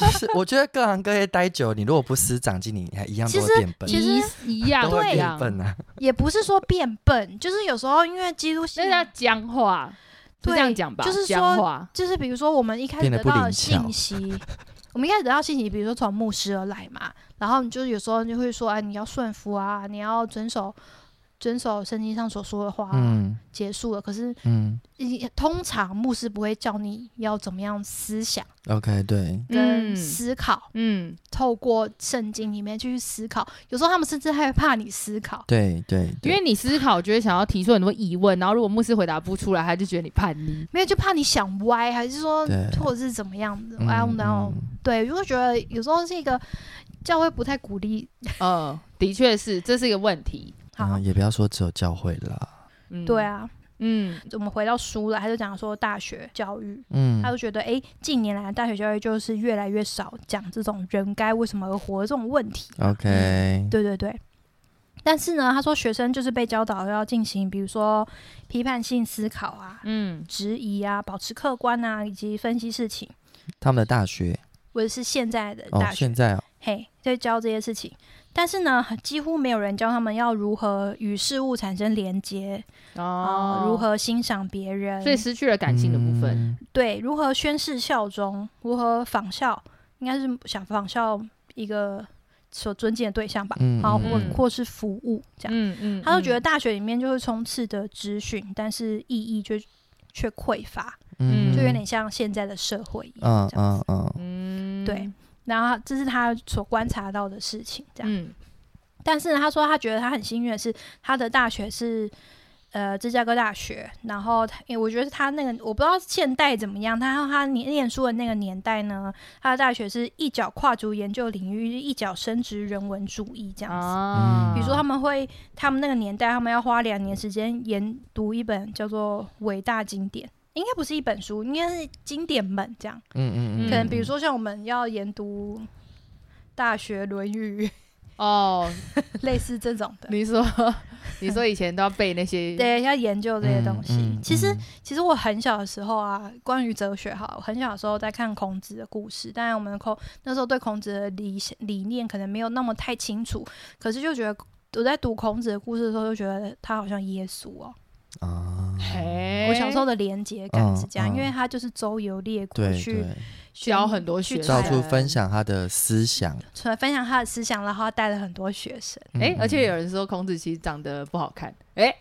Speaker 3: 就是我觉得各行各业待久，你如果不思长进，你还一样都会变笨，
Speaker 1: 其实
Speaker 2: 一一样
Speaker 3: 都会
Speaker 2: 一
Speaker 3: 变
Speaker 2: 样，
Speaker 3: 笨啊。
Speaker 1: 也不是说变笨，就是有时候因为基督信
Speaker 2: 那，叫僵化，是
Speaker 1: 对
Speaker 2: 这样讲吧？
Speaker 1: 就是说
Speaker 2: 僵化，
Speaker 1: 就是比如说我们一开始
Speaker 3: 变得
Speaker 1: 得到
Speaker 3: 不
Speaker 1: 的
Speaker 3: 灵巧
Speaker 1: 信息，我们一开始得到信息，比如说从牧师而来嘛，然后你就是有时候你就会说，哎，你要顺服啊，你要遵守遵守圣经上所说的话、
Speaker 3: 嗯
Speaker 1: 结束了。可是
Speaker 3: 嗯
Speaker 1: 你通常牧师不会叫你要怎么样思想
Speaker 3: ，OK，对，
Speaker 1: 跟
Speaker 2: 嗯
Speaker 1: 思考，
Speaker 2: 嗯，
Speaker 1: 透过圣经里面去思考。有时候他们甚至害怕你思考。
Speaker 3: 对对，
Speaker 2: 因
Speaker 3: 对
Speaker 2: 为你思考就会想要提出很多疑问，然后如果牧师回答不出来，他就觉得你叛 逆。
Speaker 1: 没有，就怕你想歪，还是说
Speaker 3: 对，
Speaker 1: 或者是怎么样的
Speaker 3: 嗯
Speaker 1: ？I don't know。
Speaker 3: 嗯
Speaker 1: 对，如果觉得有时候是一个教会不太鼓励，
Speaker 2: 嗯，的确是，这是一个问题。
Speaker 1: 好，
Speaker 3: 啊也不要说只有教会啦，
Speaker 2: 嗯，
Speaker 1: 对，啊，
Speaker 2: 嗯
Speaker 1: 我们回到书了，他就讲说大学教育，
Speaker 3: 嗯
Speaker 1: 他就觉得诶，近年来大学教育就是越来越少讲这种人该为什么而活的这种问题。
Speaker 3: ，OK，
Speaker 1: 嗯对对对。但是呢，他说学生就是被教导要进行，比如说批判性思考啊、
Speaker 2: 嗯
Speaker 1: 质疑啊、保持客观啊，以及分析事情，
Speaker 3: 他们的大学
Speaker 1: 或者是现在的
Speaker 3: 哦
Speaker 1: 呃大，学
Speaker 3: 现在哦，
Speaker 1: 嘿，在教这些事情，但是呢，几乎没有人教他们要如何与事物产生连接啊、
Speaker 2: 哦，
Speaker 1: 如？何欣赏别人，
Speaker 2: 所以失去了感性的部分。
Speaker 3: 嗯，
Speaker 1: 对如何宣誓效忠，如何仿效，应该是想仿效一个所尊敬的对象吧，
Speaker 3: 嗯
Speaker 1: 好、
Speaker 3: 嗯
Speaker 2: 嗯
Speaker 1: 或或是服务这样。
Speaker 2: 嗯嗯，
Speaker 1: 他就觉得
Speaker 2: 嗯
Speaker 1: 大学里面就会充斥着资讯，但是意义却却匮乏，
Speaker 2: 嗯
Speaker 1: 就有点像现在的社会一样
Speaker 3: 嗯
Speaker 1: 这样
Speaker 3: 嗯
Speaker 1: 子。
Speaker 3: 嗯，
Speaker 2: 嗯
Speaker 1: 对，然后这是他所观察到的事情，这样。
Speaker 2: 嗯
Speaker 1: 但是呢他说他觉得他很幸运的是，他的大学是呃芝加哥大学，然后他，因为我觉得他那个我不知道现代怎么样，他他念念书的那个年代呢，他的大学是一脚跨足研究领域，一脚升职人文主义这样子。
Speaker 2: 啊，
Speaker 3: 嗯
Speaker 1: 比如说，他们会，他们那个年代，他们要花两年时间研读一本叫做《伟大经典》，应该不是一本书，应该是经典本这样。
Speaker 3: 嗯嗯嗯，
Speaker 1: 可能比如
Speaker 3: 嗯
Speaker 1: 说像我们要研读《大学》《论语》
Speaker 2: 哦，
Speaker 1: 类似这种的。
Speaker 2: 你说 你说以前都要背那些，
Speaker 1: 对，要研究这些东西。
Speaker 3: 嗯嗯
Speaker 1: 其实
Speaker 3: 嗯，
Speaker 1: 其实我很小的时候啊，关于哲学哈，我很小的时候在看孔子的故事。当然，我们孔那时候对孔子的理想理念可能没有那么太清楚，可是就觉得我在读孔子的故事的时候，就觉得他好像耶稣哦。
Speaker 3: 啊，
Speaker 2: 嘿，
Speaker 1: 我小时候的连结感是这样，
Speaker 3: 嗯嗯
Speaker 1: 因为他就是周游列国
Speaker 3: 对
Speaker 1: 去
Speaker 3: 对，
Speaker 1: 去
Speaker 2: 教很多
Speaker 1: 去
Speaker 2: 学
Speaker 1: 找
Speaker 3: 到
Speaker 2: 生，
Speaker 3: 处分享他的思想，
Speaker 1: 出来分享他的思想，然后他带了很多学生。
Speaker 2: 哎
Speaker 3: 嗯，
Speaker 2: 而且有
Speaker 3: 嗯
Speaker 2: 人说孔子其实长得不好看，哎，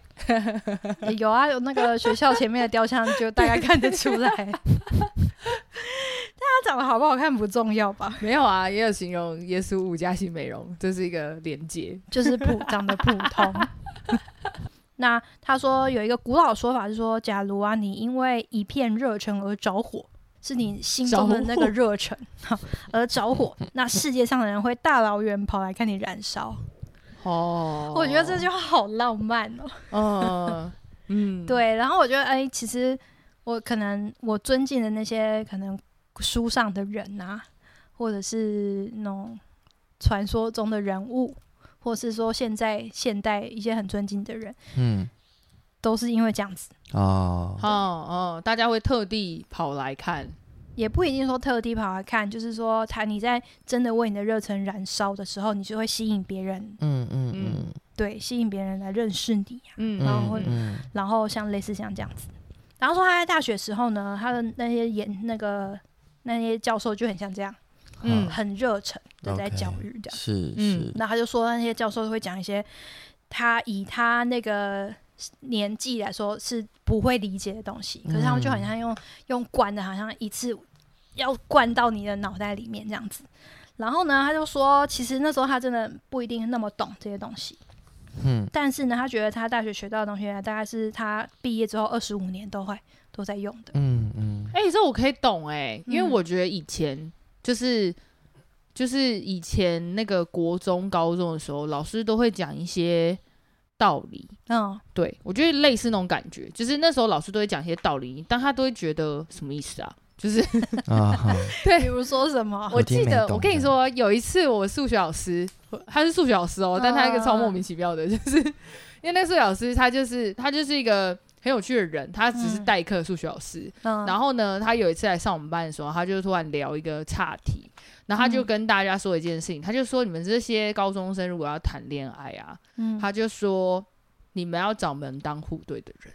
Speaker 1: 也有啊，有那个学校前面的雕像，就大概看得出来。 但他长得好不好看不重要吧，
Speaker 2: 没有啊，也有形容耶稣无价性美容，这是一个连接。
Speaker 1: 就是普长得普通。 那他说有一个古老说法是说，假如啊你因为一片热忱而着火，是你心中的那个热忱而着火，那世界上的人会大老远跑来看你燃烧。
Speaker 2: 哦
Speaker 1: 我觉得这句话好浪漫哦。
Speaker 2: 嗯嗯，
Speaker 1: 对，然后我觉得，哎，其实我可能我尊敬的那些可能书上的人啊，或者是那种传说中的人物，或是说现在现代一些很尊敬的人，
Speaker 3: 嗯
Speaker 1: 都是因为这样子，
Speaker 3: 哦，
Speaker 2: 哦哦，大家会特地跑来看，
Speaker 1: 也不一定说特地跑来看，就是说他你在真的为你的热忱燃烧的时候，你就会吸引别人，
Speaker 3: 嗯嗯
Speaker 2: 嗯
Speaker 3: 嗯
Speaker 1: 对，吸引别人来认识你啊、
Speaker 2: 嗯
Speaker 1: 然后
Speaker 3: 嗯
Speaker 1: 会
Speaker 3: 嗯
Speaker 1: 然后像类似像这样子。然后说他在大学时候呢，他的那些研那个那些教授就很像这样。
Speaker 2: 嗯
Speaker 1: 很热忱的在
Speaker 3: OK
Speaker 1: 教育这样。
Speaker 3: 是
Speaker 2: 嗯
Speaker 3: 是，
Speaker 1: 那他就说那些教授会讲一些他以他那个年纪来说是不会理解的东西，可是他们就
Speaker 3: 嗯
Speaker 1: 好像用用灌的，好像一次要灌到你的脑袋里面这样子。然后呢，他就说，其实那时候他真的不一定那么懂这些东西，
Speaker 3: 嗯
Speaker 1: 但是呢，他觉得他大学学到的东西呢，大概是他毕业之后二十五年都会都在用的。
Speaker 3: 嗯嗯
Speaker 2: 哎、这我可以懂哎、因为
Speaker 1: 嗯
Speaker 2: 我觉得以前就是、就是以前那个国中、高中的时候，老师都会讲一些道理。
Speaker 1: 嗯，
Speaker 2: 对我觉得类似那种感觉，就是那时候老师都会讲一些道理，但他都会觉得什么意思啊？就是
Speaker 3: 啊哈，
Speaker 1: 比如说什么？
Speaker 2: 我
Speaker 3: 有听
Speaker 2: 记
Speaker 3: 没
Speaker 2: 得，
Speaker 3: 懂
Speaker 2: 呃我跟你
Speaker 3: 的
Speaker 2: 说，有一次我数学老师，他是数学老师哦，但他一个超莫名其妙的，就是 因为那数学老师他就是他就是一个很有趣的人，他只是
Speaker 1: 嗯
Speaker 2: 代课数学老师。
Speaker 1: 嗯，
Speaker 2: 然后呢，他有一次来上我们班的时候，他就突然聊一个岔题，然后他就
Speaker 1: 嗯
Speaker 2: 跟大家说一件事情，他就说你们这些高中生如果要谈恋爱啊，
Speaker 1: 嗯
Speaker 2: 他就说你们要找门当户对的人。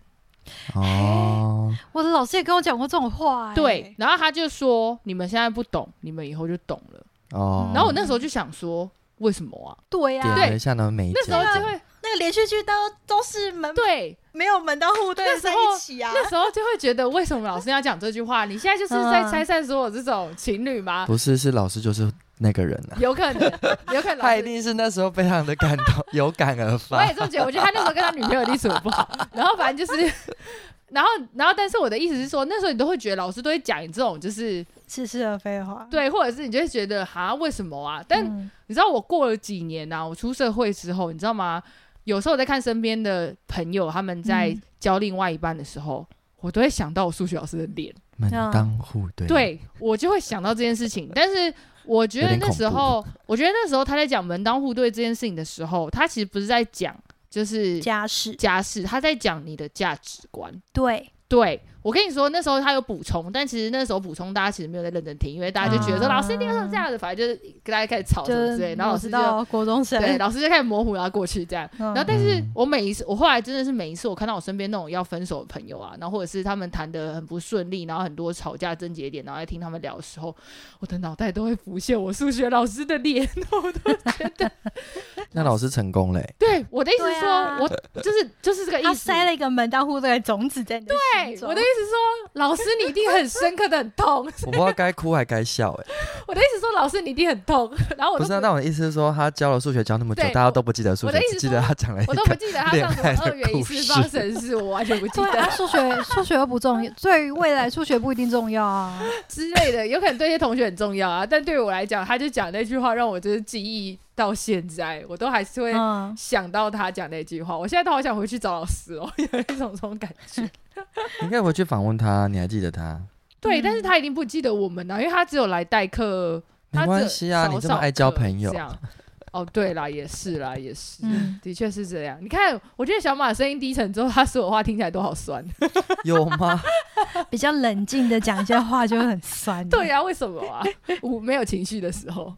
Speaker 3: 哦，
Speaker 1: 我的老师也跟我讲过这种话、欸。
Speaker 2: 对，，然后他就说你们现在不懂，你们以后就懂了。
Speaker 3: 哦，
Speaker 2: 然后我那时候就想说，为什么啊？
Speaker 1: 对呀、
Speaker 3: 点
Speaker 2: 对
Speaker 3: 了一下呢，没
Speaker 2: 那时候就会，
Speaker 1: 那那个连续剧都都是门
Speaker 2: 对，
Speaker 1: 没有门当户对
Speaker 2: 那时
Speaker 1: 在
Speaker 2: 候
Speaker 1: 一起啊，
Speaker 2: 那时候就会觉得为什么老师要讲这句话？你现在就是在
Speaker 1: 嗯
Speaker 2: 拆散所有这种情侣吗？
Speaker 3: 不是，是老师就是那个人啊，
Speaker 2: 有可 能，有可能
Speaker 3: 他
Speaker 2: 老
Speaker 3: 一
Speaker 2: 师。
Speaker 3: 定是那时候非常的感动，有感 而
Speaker 2: 我
Speaker 3: 发
Speaker 2: 也。这么觉得，我觉得他那时候跟他女朋友的处不好，然后反正就是， 然后然后，但是我的意思是说，那时候你都会觉得老师都会讲你这种就是
Speaker 1: 似是而非的话。
Speaker 2: 对，或者是你就会觉得哈为什么啊？但
Speaker 1: 嗯
Speaker 2: 你知道我过了几年啊，我出社会之后，你知道吗？有时候我在看身边的朋友他们在
Speaker 1: 嗯
Speaker 2: 教另外一半的时候，我都会想到我数学老师的脸，
Speaker 3: 门当户对，，
Speaker 2: 对我就会想到这件事情。但是我觉得
Speaker 3: 有点
Speaker 2: 那
Speaker 3: 恐怖
Speaker 2: 时候，我觉得那时候他在讲门当户对这件事情的时候，他其实不是在讲就是
Speaker 1: 家事
Speaker 2: 家事，他在讲你的价值观。
Speaker 1: 对，
Speaker 2: 对我跟你说，那时候他有补充，但其实那时候补充大家其实没有在认真听，因为大家就觉得说、
Speaker 1: 啊
Speaker 2: 老师你为什么这样子，反正就是跟大家开始吵什
Speaker 1: 就
Speaker 2: 么之类，
Speaker 1: 是
Speaker 2: 然后老
Speaker 1: 我
Speaker 2: 师
Speaker 1: 知
Speaker 2: 就
Speaker 1: 道国中生，
Speaker 2: 对，老师就开始模糊然后过去这样。
Speaker 1: 嗯
Speaker 2: 然后，但是
Speaker 3: 嗯
Speaker 2: 我每一次，我后来真的是每一次，我看到我身边那种要分手的朋友啊，然后或者是他们谈的很不顺利，然后很多吵架症结点，然后在听他们聊的时候，我的脑袋都会浮现我数学老师的脸，我都觉 得，
Speaker 3: 那老师成功嘞、欸
Speaker 2: 对我的意思是说，
Speaker 1: 对啊
Speaker 2: 我就是就是这个
Speaker 1: 他
Speaker 2: 意思。
Speaker 1: 塞了一个门当户对的种子在你的
Speaker 2: 对
Speaker 1: 对，
Speaker 2: 我的意思是说，老师你一定很深刻的很痛。
Speaker 3: 我不知道该哭还该笑哎、
Speaker 2: 我的意思是说，老师你一定很痛。 然后我
Speaker 3: 不
Speaker 2: 都
Speaker 3: 是、啊，那我的意思是说，他教了数学教那么久
Speaker 2: 对，
Speaker 3: 大家都不记得数
Speaker 2: 我的
Speaker 3: 学
Speaker 2: 意，思
Speaker 3: 只
Speaker 2: 是
Speaker 3: 记得他讲了一
Speaker 2: 我都不
Speaker 3: 个。
Speaker 2: 记得他 上什么二元一次方程式，我完全不记
Speaker 1: 对
Speaker 2: 得
Speaker 1: 啊，数 学数学又不重要，对于未来数学不一定重要啊。
Speaker 2: 之类的，有可能对一些同学很重要啊，但对我来讲，他就讲那句话让我就是记忆到现在，我都还是会
Speaker 1: 嗯，
Speaker 2: 想到他讲那句话。我现在都好想回去找老师哦， 有一种这种感
Speaker 1: 嗯
Speaker 2: 觉。
Speaker 3: 你可以回去访问他，你还记得他？
Speaker 2: 对，但是他一定不记得我们啊，因为他只有来代课，他
Speaker 3: 没
Speaker 2: 只
Speaker 3: 关系啊，
Speaker 2: 少
Speaker 3: 你这么
Speaker 2: 少
Speaker 3: 爱交
Speaker 2: 课
Speaker 3: 朋友
Speaker 2: 这，样。哦，对啦，也是啦，也是，
Speaker 1: 嗯
Speaker 2: 的确是这样。你看，我觉得小马声音低沉之后，他说的话听起来都好酸。
Speaker 1: 嗯
Speaker 3: 有 吗？
Speaker 1: 比较冷静的讲一些话就会很酸。
Speaker 2: 对呀、为什么啊？我没有情绪的时候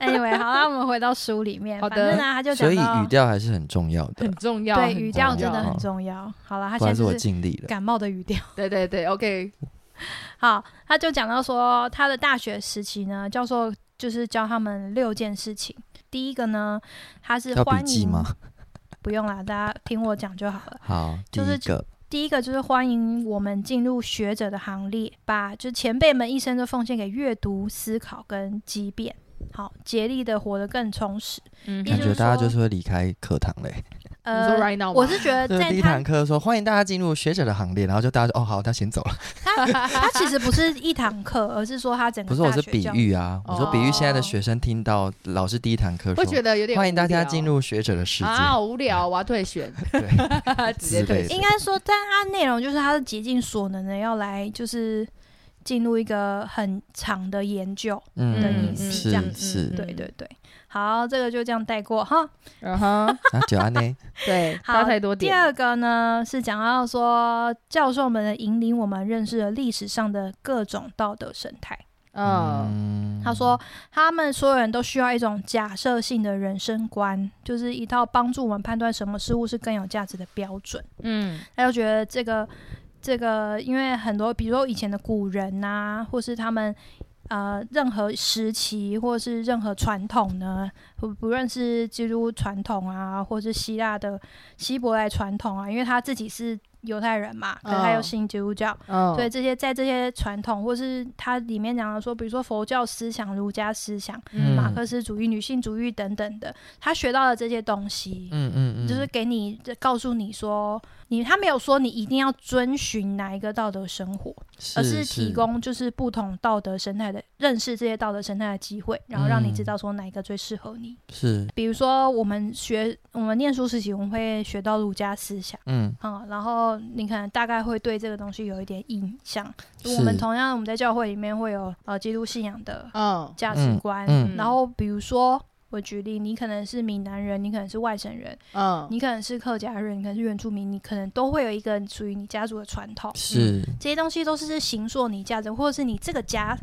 Speaker 1: Anyway，好，那我们回到书里面。
Speaker 2: 好
Speaker 1: 反
Speaker 2: 的
Speaker 1: 正呢，他就
Speaker 3: 所
Speaker 1: 讲
Speaker 3: 以
Speaker 1: 到
Speaker 3: 语调还是很重要的
Speaker 2: 很，重要，
Speaker 1: 对
Speaker 2: 很
Speaker 1: 语
Speaker 2: 重要
Speaker 1: 调真的很重要。好了，他
Speaker 3: 不
Speaker 1: 现在
Speaker 3: 然是
Speaker 1: 就
Speaker 3: 我
Speaker 1: 是
Speaker 3: 尽力了。
Speaker 1: 感冒的语调。
Speaker 2: 对对对，OK，
Speaker 3: 嗯
Speaker 1: 嗯好，他就讲到说，他的大学时期呢，教授就是教他们六件事情。第一个呢，他是
Speaker 3: 要笔
Speaker 1: 欢
Speaker 3: 记
Speaker 1: 迎，
Speaker 3: 吗？
Speaker 1: 不用啦，大家听我讲就好了。
Speaker 3: 好，第
Speaker 1: 就是
Speaker 3: 一个
Speaker 1: 第一个就是欢迎我们进入学者的行列，把就是前辈们一生都奉献给阅读、思考跟激辩，好，竭力的活得更充实。
Speaker 2: 嗯
Speaker 1: 也
Speaker 3: 感
Speaker 1: 就
Speaker 3: 觉
Speaker 1: 是
Speaker 3: 大家
Speaker 1: 说
Speaker 3: 就是会离开课堂嘞。
Speaker 2: 你说
Speaker 1: 呃，
Speaker 2: right now
Speaker 1: 我
Speaker 2: 吗
Speaker 1: 是觉 得
Speaker 3: 就是
Speaker 1: 在
Speaker 3: 第一
Speaker 1: 他
Speaker 3: 堂课说欢迎大家进入学者的行列，然后就大家就哦好，那先走了。
Speaker 1: 他其实不是一堂课，而是说他整个
Speaker 3: 不是，我
Speaker 1: 大
Speaker 3: 是
Speaker 1: 学
Speaker 3: 比
Speaker 1: 教育哦
Speaker 3: 喻啊，我说比喻现在的学生听到老师第一堂课
Speaker 2: 会觉
Speaker 3: 说
Speaker 2: 得有点
Speaker 3: 欢迎大家进
Speaker 2: 无
Speaker 3: 入学者的世
Speaker 2: 聊
Speaker 1: 哦
Speaker 2: 啊，
Speaker 3: 界，
Speaker 2: 好无聊，我要退选，
Speaker 3: 对，
Speaker 2: 直接退
Speaker 3: 之类
Speaker 2: 选。
Speaker 1: 应该说，但它内容就是他是竭尽所能的要来，就是进入一个很长的研究。的
Speaker 3: 嗯
Speaker 1: 意，思这样
Speaker 3: 是是
Speaker 2: 嗯，
Speaker 1: 对对对，好，这个就这样带过哈。
Speaker 2: 嗯哼，
Speaker 3: 那就 安呢，
Speaker 2: 对，
Speaker 1: 好
Speaker 2: 差太多
Speaker 1: 第
Speaker 2: 点了。
Speaker 1: 二个呢是讲到说，教授们引领我们认识了历史上的各种道德生态。哦
Speaker 2: 嗯，
Speaker 1: 他说，他们所有人都需要一种假设性的人生观，就是一套帮助我们判断什么事物是更有价值的标准。
Speaker 2: 嗯
Speaker 1: 他就觉得这个这个，因为很多，比如说以前的古人呐、或是他们呃任何时期，或是任何传统呢，不不论是基督传统啊，或是希腊的希伯来传统啊，因为他自己是犹太人嘛，可是他
Speaker 2: 哦
Speaker 1: 又信基督教，
Speaker 2: 嗯，
Speaker 1: 对，这些在这些传统或是它里面讲的说，比如说佛教思想、儒家思想、马
Speaker 3: 嗯
Speaker 1: 克思主义、女性主义等等的，他学到了这些东西，
Speaker 3: 嗯嗯嗯，
Speaker 1: 就是给你告诉你说，你他没有说你一定要遵循哪一个道德生活，而是提供就是不同道德生态的认识这些道德生态的机会，然后让你知
Speaker 3: 嗯
Speaker 1: 道说哪一个最适合你。
Speaker 3: 是，
Speaker 1: 比如说我们学我们念书时期，我们会学到儒家思想。
Speaker 3: 嗯，
Speaker 1: 嗯，然后你可能大概会对这个东西有一点印象。
Speaker 3: 是
Speaker 1: 我们同样，我们在教会里面会有呃基督信仰的
Speaker 2: 嗯
Speaker 1: 价值观，
Speaker 3: 嗯
Speaker 2: 嗯
Speaker 1: 然后比如说。我举例，你可能是闽南人，你可能是外省人，
Speaker 2: 嗯，
Speaker 1: 你可能是客家人，你可能是原住民，你可能都会有一个属于你家族的传统，
Speaker 3: 是，
Speaker 1: 这些东西都是形塑你价值，或者是你这个家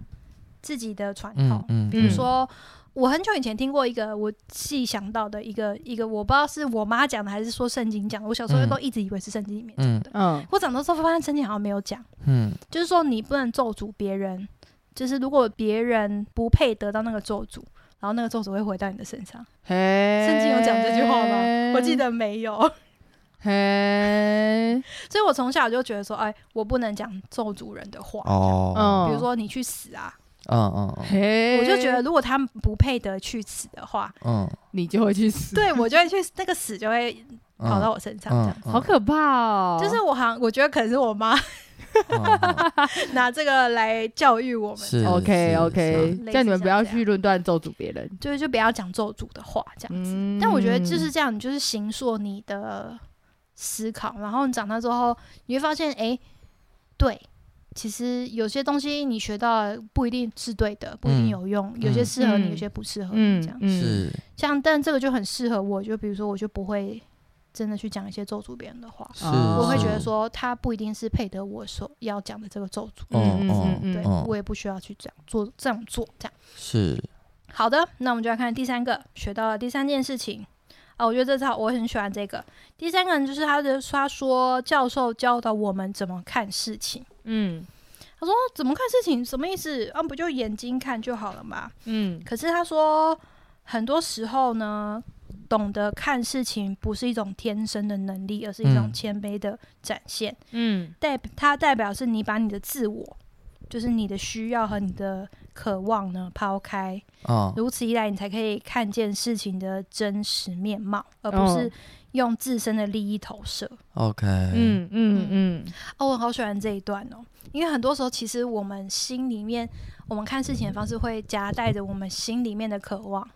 Speaker 1: 自己的传统。
Speaker 3: 嗯嗯，
Speaker 2: 比
Speaker 1: 比
Speaker 2: 如
Speaker 1: 如说，我很久以前听过一个我自己想到的一个一个，我不知道是我妈讲的还是说圣经讲的，我小时候
Speaker 3: 嗯
Speaker 1: 都一直以为是圣经里面讲
Speaker 3: 嗯
Speaker 1: 的。
Speaker 2: 嗯
Speaker 1: 我长大之后发现圣经好像没有讲，
Speaker 3: 嗯
Speaker 1: 就是说你不能咒诅别人，就是如果别人不配得到那个咒诅，然然后那个咒诅会回到你的身上。圣
Speaker 2: 嘿，圣
Speaker 1: 经有讲这句话吗？我记，得没有，
Speaker 2: 嘿，
Speaker 1: 所以我从小就觉得说，哎，我不能讲咒诅人的话，
Speaker 3: 哦，
Speaker 2: 嗯
Speaker 1: 比如说你去死啊，
Speaker 3: 嗯嗯嗯
Speaker 2: 嘿，
Speaker 1: 我就觉得如果他们不配得去死的话，
Speaker 3: 嗯，
Speaker 2: 你就会去死，
Speaker 1: 对 我就会去那个死就会
Speaker 3: 嗯
Speaker 1: 跑到我身上这样。
Speaker 3: 嗯
Speaker 2: 好可怕哦，
Speaker 1: 就是我好像我觉得可能是 我妈
Speaker 3: 嗯嗯
Speaker 1: 拿这个来教育我们，
Speaker 3: 是
Speaker 2: OK
Speaker 3: 是
Speaker 2: OK，
Speaker 3: 是啊
Speaker 1: 类似
Speaker 2: 叫你们不要
Speaker 1: 像这样
Speaker 2: 去论断咒诅别人，
Speaker 1: 就是就不要讲咒诅的话这样子。
Speaker 2: 嗯
Speaker 1: 但我觉得就是这样，你就是形塑你的思考，然后你长大之后，你会发现，哎、对，其实有些东西你学到了不一定是对的，不一定
Speaker 3: 嗯
Speaker 1: 有用，有些
Speaker 3: 嗯
Speaker 1: 适合你，有
Speaker 2: 嗯
Speaker 1: 些不适合你，
Speaker 2: 嗯
Speaker 1: 这样。
Speaker 2: 嗯
Speaker 3: 是
Speaker 1: 像，但这个就很适合我，就比如说，我就不会真的去讲一些咒诅别人的话，
Speaker 3: 是，
Speaker 2: 哦
Speaker 1: 我会
Speaker 3: 是
Speaker 1: 觉得，说，他不一定是配得我所要讲的这个咒诅，
Speaker 3: 哦
Speaker 2: 嗯
Speaker 3: 哦
Speaker 2: 嗯嗯
Speaker 1: 对、
Speaker 3: 嗯
Speaker 1: 我也不需要去这样做，这样做这样。
Speaker 3: 是
Speaker 1: 好的，那我们就来看第三个，学到了第三件事情啊，我觉得这套我很喜欢这个。第三个人就是他的，他说教授教导我们怎么看事情。
Speaker 2: 嗯
Speaker 1: 他说怎么看事情什么意思？啊，不就眼睛看就好了嘛。
Speaker 2: 嗯
Speaker 1: 可是他说很多时候呢，懂得看事情不是一种天生的能力，而是一种
Speaker 3: 嗯
Speaker 1: 谦卑的展现。
Speaker 2: 嗯
Speaker 1: 代它代表是你把你的自我，就是你的需要和你的渴望呢抛开，
Speaker 3: 哦
Speaker 1: 如此一来，你才可以看见事情的真实面貌，而不
Speaker 2: 哦
Speaker 1: 是用自身的利益投射。
Speaker 3: ，OK，
Speaker 2: 嗯嗯嗯，
Speaker 1: 哦，我好喜欢这一段哦，因为很多时候其实我们心里面，我们看事情的方式会夹带着我们心里面的渴望。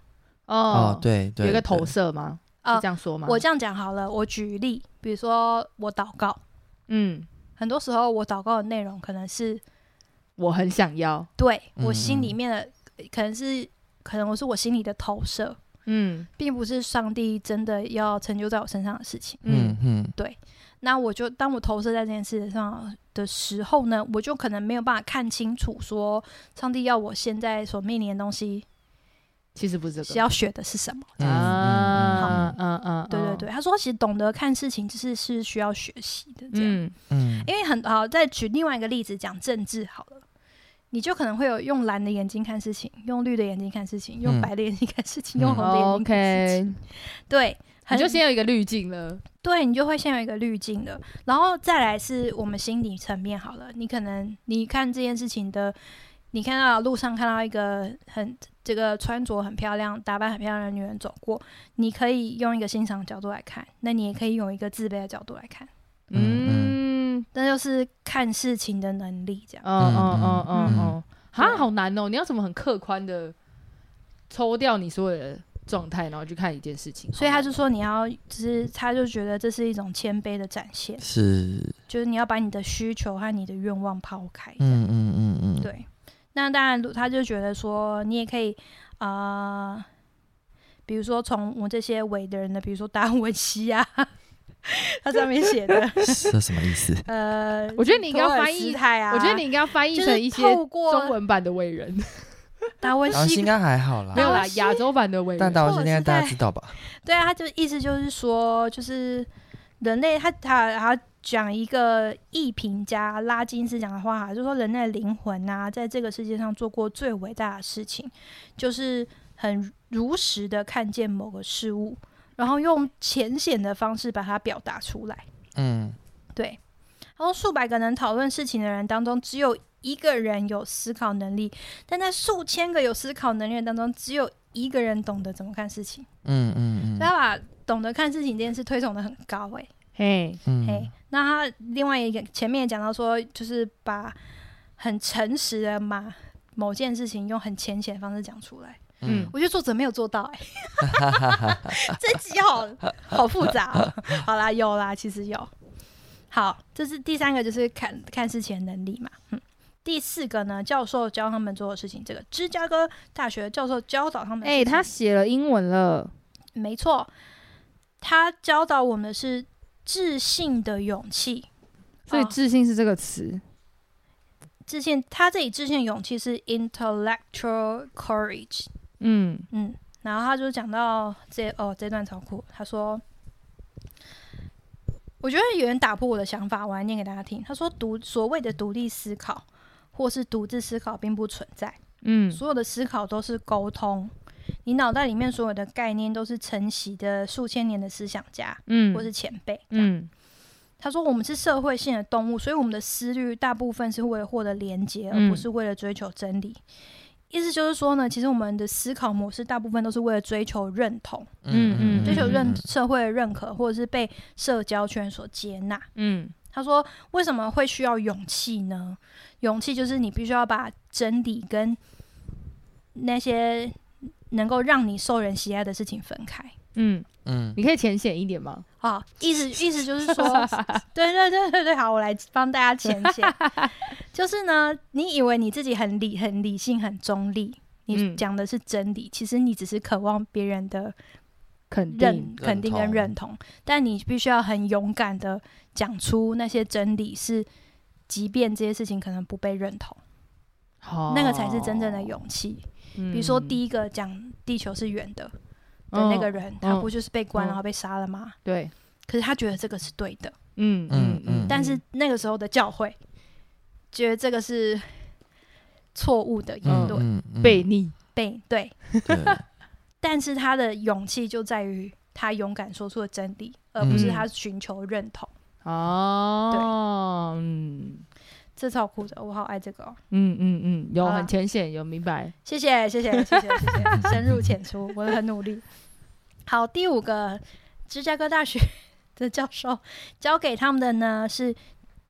Speaker 3: 哦，对对，
Speaker 2: 有一个投
Speaker 3: 对
Speaker 2: 射吗？
Speaker 1: 啊
Speaker 2: 是这样说吗？
Speaker 1: 我这样讲好了，我举例，比如说我祷告，
Speaker 2: 嗯，
Speaker 1: 很多时候我祷告的内容可能是
Speaker 2: 我很想要，
Speaker 1: 对
Speaker 3: 嗯
Speaker 1: 我心里面的，可能是可能我是我心里的投射，
Speaker 2: 嗯
Speaker 1: 并不是上帝真的要成就在我身上的事情。
Speaker 3: 嗯
Speaker 2: 嗯
Speaker 3: 嗯
Speaker 1: 那我就当我投射在这件事上的时候呢，我就可能没有办法看清楚，说上帝要我现在所面临的东西
Speaker 2: 其实不是这
Speaker 1: 是
Speaker 2: 个
Speaker 1: 要学的是什么。
Speaker 3: 嗯
Speaker 2: 啊，嗯嗯，
Speaker 1: 对对对，他说其实懂得看事情就是是需要学习的，这样。
Speaker 2: 嗯，
Speaker 3: 嗯，
Speaker 1: 因为很好，再举另外一个例子讲政治好了，你就可能会有用蓝的眼睛看事情，用绿的眼睛看事情，用
Speaker 3: 嗯
Speaker 1: 白的眼睛看事情，
Speaker 3: 嗯
Speaker 1: 用红的眼睛看事情。
Speaker 2: 哦 OK，
Speaker 1: 对，
Speaker 2: 你
Speaker 1: 很
Speaker 2: 就先有一个滤镜了，
Speaker 1: 对你就会先有一个滤镜的，然后再来是我们心理层面好了。你可能你看这件事情的，你看到路上看到一个很这个穿着很漂亮、打扮很漂亮的女人走过，你可以用一个欣赏的角度来看，那你也可以用一个自卑的角度来看，
Speaker 2: 嗯嗯
Speaker 1: 那就是看事情的能力这样。
Speaker 2: 嗯嗯嗯嗯，啊，
Speaker 1: 对
Speaker 2: 好难哦，你要怎么很客观的抽掉你所有的状态，然后去看一件事情？
Speaker 1: 所以他就
Speaker 2: 好
Speaker 1: 说你要，就是他就觉得这是一种谦卑的展现，
Speaker 3: 是，
Speaker 1: 就是你要把你的需求和你的愿望抛开。
Speaker 3: 嗯嗯嗯嗯，
Speaker 1: 对，那当然，他就觉得说，你也可以啊、呃比如说从我这些伟的人的，比如说达文西啊，他上面写的，
Speaker 3: 这什么意 思？
Speaker 1: 呃，
Speaker 2: 我觉得你应该
Speaker 1: 托尔
Speaker 2: 翻译
Speaker 1: 斯泰啊，
Speaker 2: 难，我觉得你应该翻译
Speaker 1: 就
Speaker 2: 成
Speaker 1: 是
Speaker 2: 一些
Speaker 1: 透过
Speaker 2: 中文版的伟 人，
Speaker 1: 达文
Speaker 3: 然后
Speaker 1: 西
Speaker 3: 应，该还好啦，
Speaker 2: 没有
Speaker 1: 达
Speaker 2: 啦，
Speaker 1: 文西
Speaker 2: 亚洲版的伟
Speaker 3: 但
Speaker 2: 人。
Speaker 3: 达
Speaker 1: 托
Speaker 3: 文
Speaker 1: 尔
Speaker 3: 西应该
Speaker 1: 斯
Speaker 3: 大家
Speaker 1: 泰
Speaker 3: 知道吧？
Speaker 1: 对啊，他就意思就是说，就是人类他他他讲一个艺评家拉金斯讲的话，就是说人类的灵魂啊，在这个世界上做过最伟大的事情，就是很如实的看见某个事物，然后用浅显的方式把它表达出来。
Speaker 3: 嗯
Speaker 1: 对，然后数百个能讨论事情的人当中，只有一个人有思考能力，但在数千个有思考能力的当中，只有一个人懂得怎么看事情。
Speaker 3: 嗯嗯
Speaker 1: 所以他把懂得看事情这件事推崇的很高诶、
Speaker 2: 嘿，
Speaker 3: 嗯，
Speaker 1: 嘿、
Speaker 3: 嗯
Speaker 1: 那他另外一个前面也讲到说，就是把很诚实的嘛某件事情用很浅显的方式讲出来。
Speaker 2: 嗯
Speaker 1: 我觉得作者没有做到诶、欸 这集好好复杂哦、好啦，有啦，其实有。好，这是第三个，就是看看事情的能力嘛。嗯，第四个呢，教授教他们做的事情，这个芝加哥大学的教授教导他们的事
Speaker 2: 哎、
Speaker 1: 情。
Speaker 2: 他写了英文了，
Speaker 1: 没错，他教导我们的是自信的勇气。
Speaker 2: 所以
Speaker 1: 哦
Speaker 2: 自信是这个词。
Speaker 1: 自信，他这里自信的勇气是 intellectual courage。
Speaker 2: 嗯
Speaker 1: 嗯，然后他就讲到这哦这段超酷，他说。我觉得有点打破我的想法，我来念给大家听。他说独所谓的独立思考，或是独自思考并不存在，
Speaker 2: 嗯
Speaker 1: 所有的思考都是沟通，你脑袋里面所有的概念都是承袭的数千年的思想家
Speaker 2: 嗯
Speaker 1: 或是前辈。嗯，
Speaker 2: 嗯
Speaker 1: 他说我们是社会性的动物，所以我们的思虑大部分是为了获得连接，
Speaker 2: 嗯
Speaker 1: 而不是为了追求真理。意思就是说呢，其实我们的思考模式大部分都是为了追求认同、
Speaker 2: 嗯嗯
Speaker 1: 追求认
Speaker 3: 嗯
Speaker 1: 社会的认可，或者是被社交圈所接纳。
Speaker 2: 嗯
Speaker 1: 他说：“为什么会需要勇气呢？勇气就是你必须要把真理跟那些能够让你受人喜爱的事情分开。
Speaker 2: 嗯，
Speaker 3: 嗯
Speaker 2: 你可以浅显一点吗？
Speaker 1: 好，意 思意思就是说，对对对对对，好，我来帮大家浅 显，就是呢，你以为你自己很理、很理性、很中立，你
Speaker 2: 嗯
Speaker 1: 讲的是真理，其实你只是渴望别人的
Speaker 2: 肯定
Speaker 1: 认肯定跟
Speaker 3: 认同
Speaker 1: 认同，但你必须要很勇敢的讲出那些真理是。”即便这些事情可能不被认同，
Speaker 2: 好，
Speaker 1: 那个才是真正的勇气。
Speaker 2: 哦嗯。
Speaker 1: 比
Speaker 2: 比
Speaker 1: 如说第一个讲地球是圆的的那个人，他
Speaker 2: 嗯
Speaker 1: 不就是被关
Speaker 2: 嗯
Speaker 1: 然后被杀了吗？
Speaker 2: 对，
Speaker 1: 可是他觉得这个是对的，
Speaker 2: 嗯
Speaker 3: 嗯嗯
Speaker 1: 但是那个时候的教会觉得这个是错误的言论，
Speaker 3: 嗯嗯
Speaker 2: 悖逆，
Speaker 1: 被对。
Speaker 3: 对嗯
Speaker 1: 但是他的勇气就在于他勇敢说出了真理，而不是他寻求认同。
Speaker 2: 哦，嗯
Speaker 1: 这超酷的，我好爱这个哦！
Speaker 2: 嗯嗯嗯，有
Speaker 1: 好啦啊
Speaker 2: 很浅显，有明白，
Speaker 1: 谢谢，谢谢，谢谢，谢谢，深入浅出，我很努力。好，第五个，芝加哥大学的教授教给他们的呢是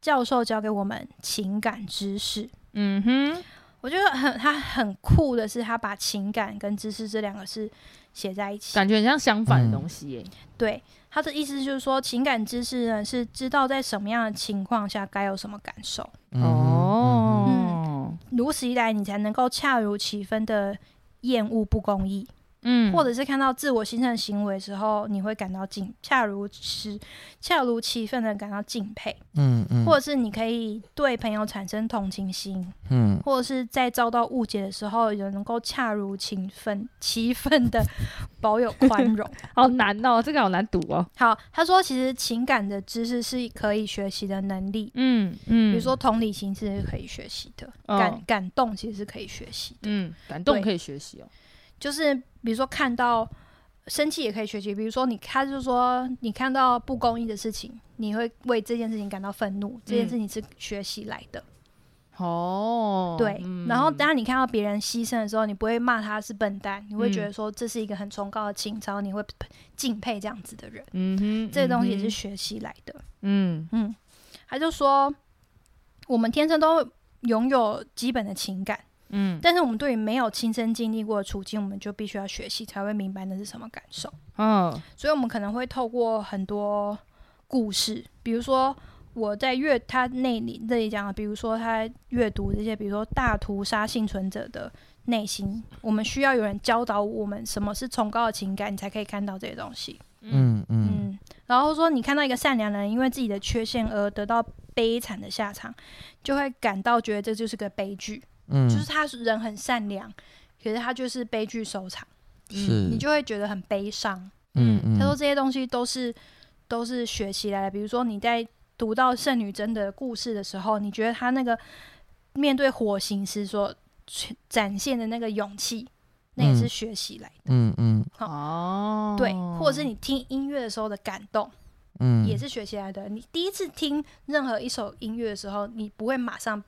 Speaker 1: 教授教给我们情感知识。
Speaker 2: 嗯哼，
Speaker 1: 我觉得很他很酷的是，他把情感跟知识这两个是写在一起。
Speaker 2: 感觉很像相反的
Speaker 3: 嗯
Speaker 2: 东西耶，
Speaker 1: 对，他的意思就是说，情感知识呢是知道在什么样的情况下该有什么感受，
Speaker 3: 嗯嗯
Speaker 2: 哦，
Speaker 1: 如此一来，你才能够恰如其分的厌恶不公义。
Speaker 2: 嗯
Speaker 1: 或者是看到自我欣赏的行为的时候，你会感到敬，恰如其恰如其分的感到敬佩，
Speaker 3: 嗯嗯，
Speaker 1: 或者是你可以对朋友产生同情心，
Speaker 3: 嗯
Speaker 1: 或者是在遭到误解的时候，也能够恰如其分 其分的保有宽容。
Speaker 2: 好难哦，这个好难读哦，
Speaker 1: 好，他说其实情感的知识是可以学习的能力，
Speaker 2: 嗯嗯，
Speaker 1: 比如说同理心是可以学习的，
Speaker 2: 哦
Speaker 1: 感感动其实是可以学习的，
Speaker 2: 嗯，感动
Speaker 1: 对
Speaker 2: 可以学习哦，
Speaker 1: 就是比如说看到生气也可以学习，比如说你他就说你看到不公义的事情，你会为这件事情感到愤怒，这件
Speaker 2: 嗯
Speaker 1: 事情是学习来的，
Speaker 2: 哦，
Speaker 1: 对。
Speaker 2: 嗯
Speaker 1: 然后当你看到别人牺牲的时候，你不会骂他是笨蛋，你会
Speaker 2: 嗯
Speaker 1: 觉得说这是一个很崇高的情操，你会敬佩这样子的人，
Speaker 2: 嗯哼，
Speaker 1: 这个东西
Speaker 2: 嗯
Speaker 1: 是
Speaker 2: 哼，
Speaker 1: 学习来的。
Speaker 2: 嗯
Speaker 1: 嗯，他就说我们天生都拥有基本的情感，
Speaker 2: 嗯，
Speaker 1: 但是我们对于没有亲身经历过的处境，我们就必须要学习，才会明白那是什么感受。
Speaker 2: 哦，
Speaker 1: 所以我们可能会透过很多故事，比如说我在阅他那里这里讲的，比如说他阅读这些，比如说大屠杀幸存者的内心，我们需要有人教导我们什么是崇高的情感，你才可以看到这些东西。
Speaker 3: 嗯嗯
Speaker 1: 嗯，然后说你看到一个善良的人因为自己的缺陷而得到悲惨的下场，就会感到觉得这就是个悲剧，
Speaker 3: 嗯，
Speaker 1: 就是他是人很善良，可是他就是悲剧收场，
Speaker 3: 是
Speaker 1: 你就会觉得很悲伤。
Speaker 3: 嗯嗯，
Speaker 1: 他说这些东西都是都是学习来的，比如说你在读到圣女贞德的故事的时候，你觉得他那个面对火刑时所展现的那个勇气，那也是
Speaker 3: 嗯
Speaker 1: 学习来的。
Speaker 3: 嗯嗯
Speaker 2: 哦，
Speaker 1: 对，或者是你听音乐的时候的感动，
Speaker 3: 嗯
Speaker 1: 也是学习来的。你第一次听任何一首音乐的时候，你不会马上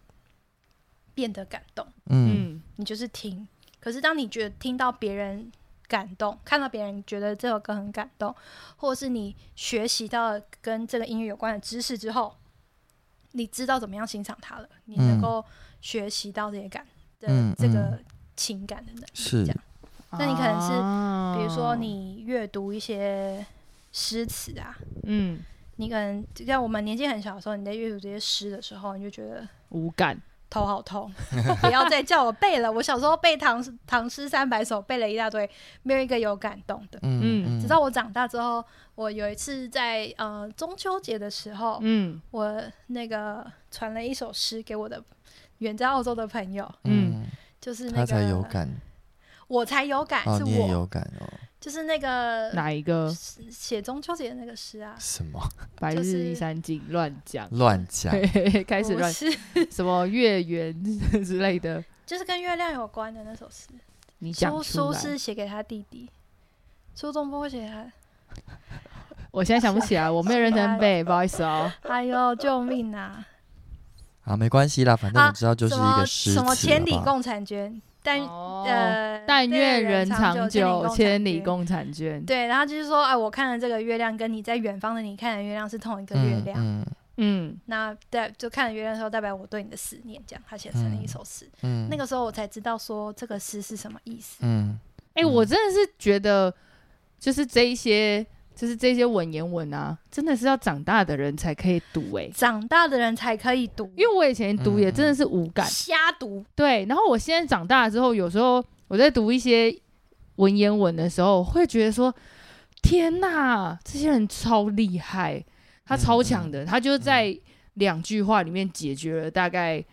Speaker 1: 变得感动，
Speaker 3: 嗯
Speaker 2: 嗯
Speaker 1: 你就是听。可是当你觉得听到别人感动，看到别人觉得这首歌很感动，或者是你学习到跟这个音乐有关的知识之后，你知道怎么样欣赏它了，你能够学习到这些感的、
Speaker 3: 嗯
Speaker 1: 这个情感的能力。
Speaker 3: 是
Speaker 1: 这样，那你可能是
Speaker 2: 是
Speaker 1: 比如说，你阅读一些诗词啊，
Speaker 2: 嗯，
Speaker 1: 你可能就像我们年纪很小的时候，你在阅读这些诗的时候，你就觉得
Speaker 2: 无感，
Speaker 1: 头好 痛，不要再叫我背了。我小时候背唐诗唐诗三百首，背了一大堆，没有一个有感动的。
Speaker 3: 嗯
Speaker 1: 直到我长大之后，我有一次在呃中秋节的时候，
Speaker 2: 嗯
Speaker 1: 我那个传了一首诗给我的远在澳洲的朋友，嗯就是那
Speaker 3: 嗯他
Speaker 1: 个
Speaker 3: 才有，感
Speaker 1: 我才有感，
Speaker 3: 哦，
Speaker 1: 是
Speaker 3: 你也
Speaker 1: 我，
Speaker 3: 有感哦，
Speaker 1: 就是那个
Speaker 2: 哪一个
Speaker 1: 写中秋节的那个诗啊，
Speaker 3: 什么
Speaker 2: 白
Speaker 1: 就
Speaker 2: 日
Speaker 1: 是
Speaker 2: 依山尽，乱讲，
Speaker 3: 乱讲？
Speaker 2: 开始
Speaker 1: 不
Speaker 2: 乱
Speaker 1: 是，
Speaker 2: 什么月圆 之类的，
Speaker 1: 就是跟月亮有关的那首诗。
Speaker 2: 你讲
Speaker 1: 苏
Speaker 2: 出
Speaker 1: 苏
Speaker 2: 来。
Speaker 1: 是写给他弟弟，苏东坡写给他。
Speaker 2: 我现在想不起来，我没有认真背，不好意思哦。
Speaker 1: 哎呦，救命 啊！
Speaker 3: 啊，没关系啦，反正我知道就是
Speaker 1: 什
Speaker 3: 一
Speaker 1: 么
Speaker 3: 个诗词
Speaker 1: 什
Speaker 3: 了吧，
Speaker 1: 么千里共婵娟，但、
Speaker 2: 哦
Speaker 1: 呃，
Speaker 2: 但愿
Speaker 1: 人
Speaker 2: 人长久，千里
Speaker 1: 共婵娟。
Speaker 2: 共婵娟。
Speaker 1: 对，然后就是说，哎，我看了这个月亮，跟你在远方的你看的月亮是同一个月
Speaker 3: 嗯
Speaker 1: 亮。
Speaker 3: 嗯
Speaker 2: 嗯，
Speaker 1: 那代就看了月亮的时候，代表我对你的思念，这样他写成了一首诗。
Speaker 3: 嗯，
Speaker 1: 那个时候我才知道说这个诗是什么意思。
Speaker 3: 嗯
Speaker 2: 哎、我真的是觉得，就是这一些，就是这些文言文啊，真的是要长大的人才可以读哎、
Speaker 1: 长大的人才可以读，
Speaker 2: 因为我以前读也真的是无感，
Speaker 1: 瞎读
Speaker 2: 对。然后我现在长大之后，有时候我在读一些文言文的时候，会觉得说：天呐，这些人超厉害，他超强的，他就在两句话里面解决了大概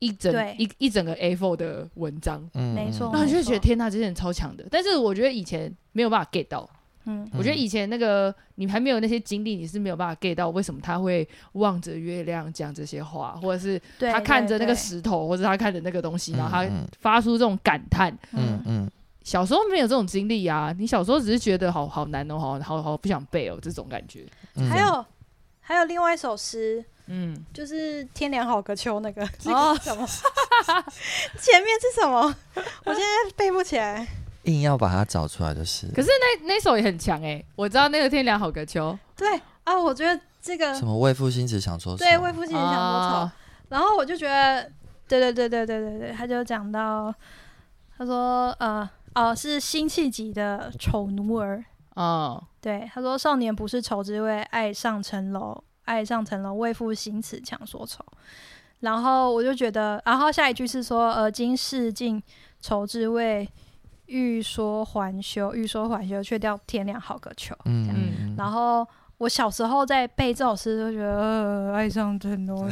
Speaker 2: 一整
Speaker 1: 对
Speaker 2: 一一整个 A4 的文章。
Speaker 3: 嗯，
Speaker 1: 没错
Speaker 2: 然后
Speaker 3: 嗯
Speaker 2: 你就觉
Speaker 1: 没
Speaker 2: 得
Speaker 1: 错
Speaker 2: 天呐，这些人超强的。但是我觉得以前没有办法 get 到，
Speaker 1: 嗯，
Speaker 2: 我觉得以前那个你还没有那些经历，你是没有办法 get 到为什么他会望着月亮讲这些话，或者是
Speaker 1: 对，
Speaker 2: 他看着那个
Speaker 1: 对，
Speaker 2: 石头，或者他看着那个东西，然后他
Speaker 3: 嗯
Speaker 2: 发出这种感叹。
Speaker 1: 对
Speaker 3: 嗯
Speaker 1: 嗯，
Speaker 3: 嗯
Speaker 2: 小时候没有这种经历啊，你小时候只是觉得好好难哦，好好好不想背哦，这种感觉。
Speaker 3: 嗯，
Speaker 1: 还有还有另外一首诗，
Speaker 2: 嗯，
Speaker 1: 就是“天凉好个秋”那个，
Speaker 2: 哦
Speaker 1: 哦，什么？前面是什么？我现在背不起来。
Speaker 3: 硬要把它找出来就是，
Speaker 2: 可是那那首也很强哎、我知道那个天凉好个秋，
Speaker 1: 对啊，我觉得这个
Speaker 3: 什么为赋新词强说愁，
Speaker 1: 对为赋新词强说
Speaker 3: 啊
Speaker 1: 愁，
Speaker 2: 哦
Speaker 1: 然后我就觉得，对对对对对对对，他就讲到，他说呃哦是辛弃疾的《丑奴儿》，
Speaker 2: 哦，
Speaker 1: 对，他说少年不是愁滋味，爱上层楼，爱上层楼，为赋新词强说愁。然后我就觉得，然后下一句是说，呃，今世尽愁滋味，欲说还休，欲说还休，却掉天凉好个秋。
Speaker 3: 嗯，嗯嗯，
Speaker 1: 然后我小时候在背这首诗，就觉得、呃、爱上很多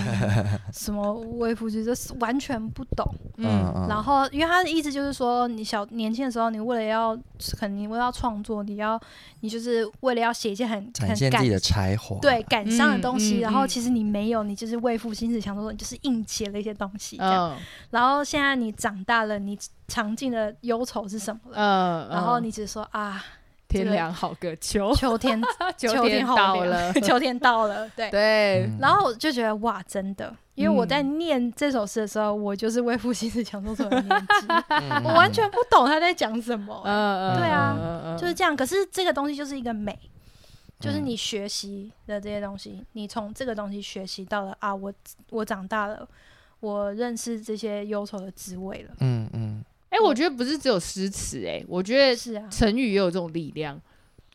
Speaker 1: 什么微服其实是完全不懂。
Speaker 2: 嗯
Speaker 1: 然后，因为他的意思就是说，你小年轻的时候，你为了要肯定为了要创作，你要你就是为了要写一些很很
Speaker 3: 展现自
Speaker 1: 感
Speaker 3: 己的才华，
Speaker 1: 对感伤的东西，
Speaker 2: 嗯嗯
Speaker 1: 然后
Speaker 2: 嗯
Speaker 1: 其实你没有，你就是为赋新词强说，你就是硬写了一些东西这样。
Speaker 2: 嗯
Speaker 1: 然后现在你长大了，你尝尽的忧愁是什么了？
Speaker 2: 嗯，
Speaker 1: 然后你只说啊，
Speaker 2: 天凉好个秋，
Speaker 1: 秋天
Speaker 2: 秋
Speaker 1: 天
Speaker 2: 天
Speaker 1: 好
Speaker 2: 到
Speaker 1: 凉，
Speaker 2: 了
Speaker 1: 秋天到了，对。
Speaker 2: 对，
Speaker 3: 嗯
Speaker 1: 然后我就觉得哇，真的，因为我在
Speaker 2: 嗯
Speaker 1: 念这首诗的时候，我就是为赋新词强说愁的年纪，
Speaker 3: 嗯
Speaker 1: 我完全不懂他在讲什么、欸
Speaker 2: 嗯
Speaker 1: 对啊
Speaker 2: 啊
Speaker 1: 就是这样。可是这个东西就是一个美，
Speaker 2: 嗯
Speaker 1: 就是你学习的这些东西，你从这个东西学习到了啊，我我长大了，我认识这些忧愁的滋味了。
Speaker 3: 嗯嗯
Speaker 2: 哎、我觉得不是只有诗词，哎，我觉得
Speaker 1: 是啊，
Speaker 2: 成语也有这种力量，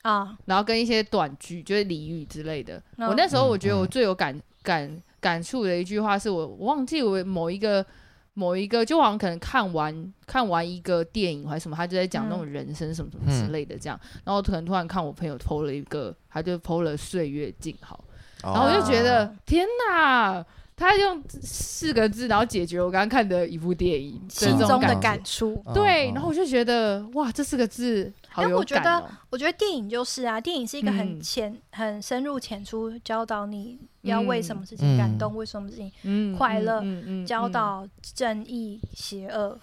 Speaker 1: 啊，
Speaker 2: 然后跟一些短句，就是俚语之类的。
Speaker 1: 嗯
Speaker 2: 我那时候我觉得
Speaker 3: 嗯
Speaker 2: 我最有感、感感触的一句话，是我我忘记我某一个某一个，就好像可能看完看完一个电影还是什么，他就在讲那种人生什么什么
Speaker 1: 嗯
Speaker 2: 之类的这样，然后我可能突然看我朋友 PO 了一个，他就 PO 了《岁月静好》。
Speaker 1: 哦
Speaker 3: 然
Speaker 2: 然后我就觉得、天哪，他用四个字然后解决我刚刚看的一部电影，
Speaker 1: 心
Speaker 2: 这
Speaker 1: 中
Speaker 2: 种
Speaker 1: 的
Speaker 2: 感觉。
Speaker 1: 感触。
Speaker 3: 哦
Speaker 2: 对，然后我就觉得哇，这四个字好
Speaker 1: 哎
Speaker 2: 有
Speaker 1: 我觉
Speaker 2: 感
Speaker 1: 得
Speaker 2: 哦。
Speaker 1: 我觉得电影就是啊，电影是一个很
Speaker 2: 嗯
Speaker 1: 浅、很深入浅出，教导你要为什么事情
Speaker 3: 嗯
Speaker 1: 感动，为什么事情
Speaker 2: 嗯
Speaker 1: 快乐
Speaker 2: 嗯嗯
Speaker 1: 教，
Speaker 2: 嗯
Speaker 1: 导正义、邪恶，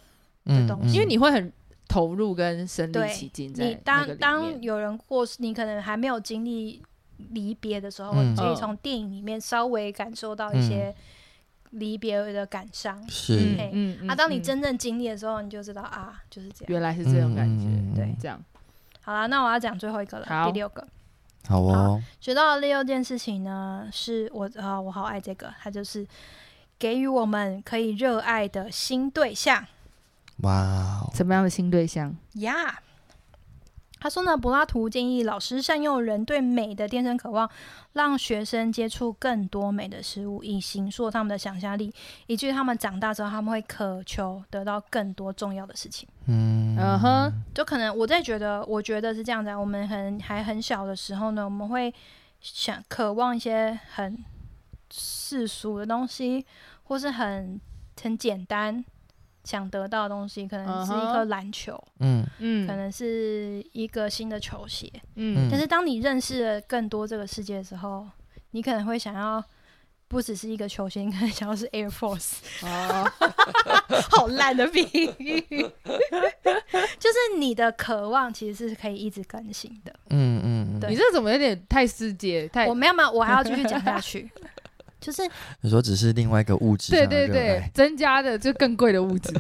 Speaker 3: 的
Speaker 1: 东西
Speaker 2: 因为你会很投入跟身临
Speaker 1: 对
Speaker 2: 其境在
Speaker 1: 你
Speaker 2: 那个
Speaker 1: 当
Speaker 2: 里
Speaker 1: 当
Speaker 2: 面
Speaker 1: 有人过世，你可能还没有经历离别的时候，
Speaker 3: 嗯
Speaker 1: 你可以
Speaker 2: 嗯
Speaker 1: 从电影里面稍微感受到一些离别的感伤。
Speaker 3: 是
Speaker 1: 嘿
Speaker 2: 嗯
Speaker 1: 啊，当你
Speaker 2: 嗯
Speaker 1: 真正经历的时候，你就知道啊，就是这样。
Speaker 2: 原来是这种感觉，
Speaker 3: 嗯嗯嗯嗯
Speaker 1: 对
Speaker 2: 这样
Speaker 1: 好啦，那我要讲最后一个了，
Speaker 2: 好
Speaker 1: 第六个
Speaker 3: 好哦，
Speaker 1: 学到的第六件事情呢，是我啊，我好爱这个，它就是给予我们可以热爱的新对象。
Speaker 3: 哇哦，
Speaker 2: 什么样的新对象？
Speaker 1: 呀、他说呢，柏拉图建议老师善用人对美的天生渴望，让学生接触更多美的事物，以形塑他们的想象力，以至于他们长大之后，他们会渴求得到更多重要的事情。
Speaker 3: 嗯
Speaker 2: 嗯哼，
Speaker 1: 就可能我在觉得，我觉得是这样子、啊。我们很还很小的时候呢，我们会想渴望一些很世俗的东西，或是很很简单想得到的东西，可能是一
Speaker 2: 嗯
Speaker 1: 颗
Speaker 2: 哼
Speaker 1: 篮球。
Speaker 3: 嗯
Speaker 2: 嗯
Speaker 1: 可能是一个新的球鞋。
Speaker 2: 嗯
Speaker 1: 但是当你认识了更多这个世界的时候，你可能会想要不只是一个球星，可能想要是 Air Force，
Speaker 2: 哦，
Speaker 1: 好烂的比喻， 就是你的渴望其实是可以一直更新的。
Speaker 3: 嗯嗯，
Speaker 1: 对
Speaker 3: 嗯
Speaker 2: 你这怎么有点太世界太
Speaker 1: 我没有没有，我还要继续讲下 去，就是
Speaker 3: 你说只是另外一个物质
Speaker 2: 对
Speaker 3: 上的
Speaker 2: 对
Speaker 3: 热
Speaker 2: 对
Speaker 3: 爱，，
Speaker 2: 增加的就更贵的物 质。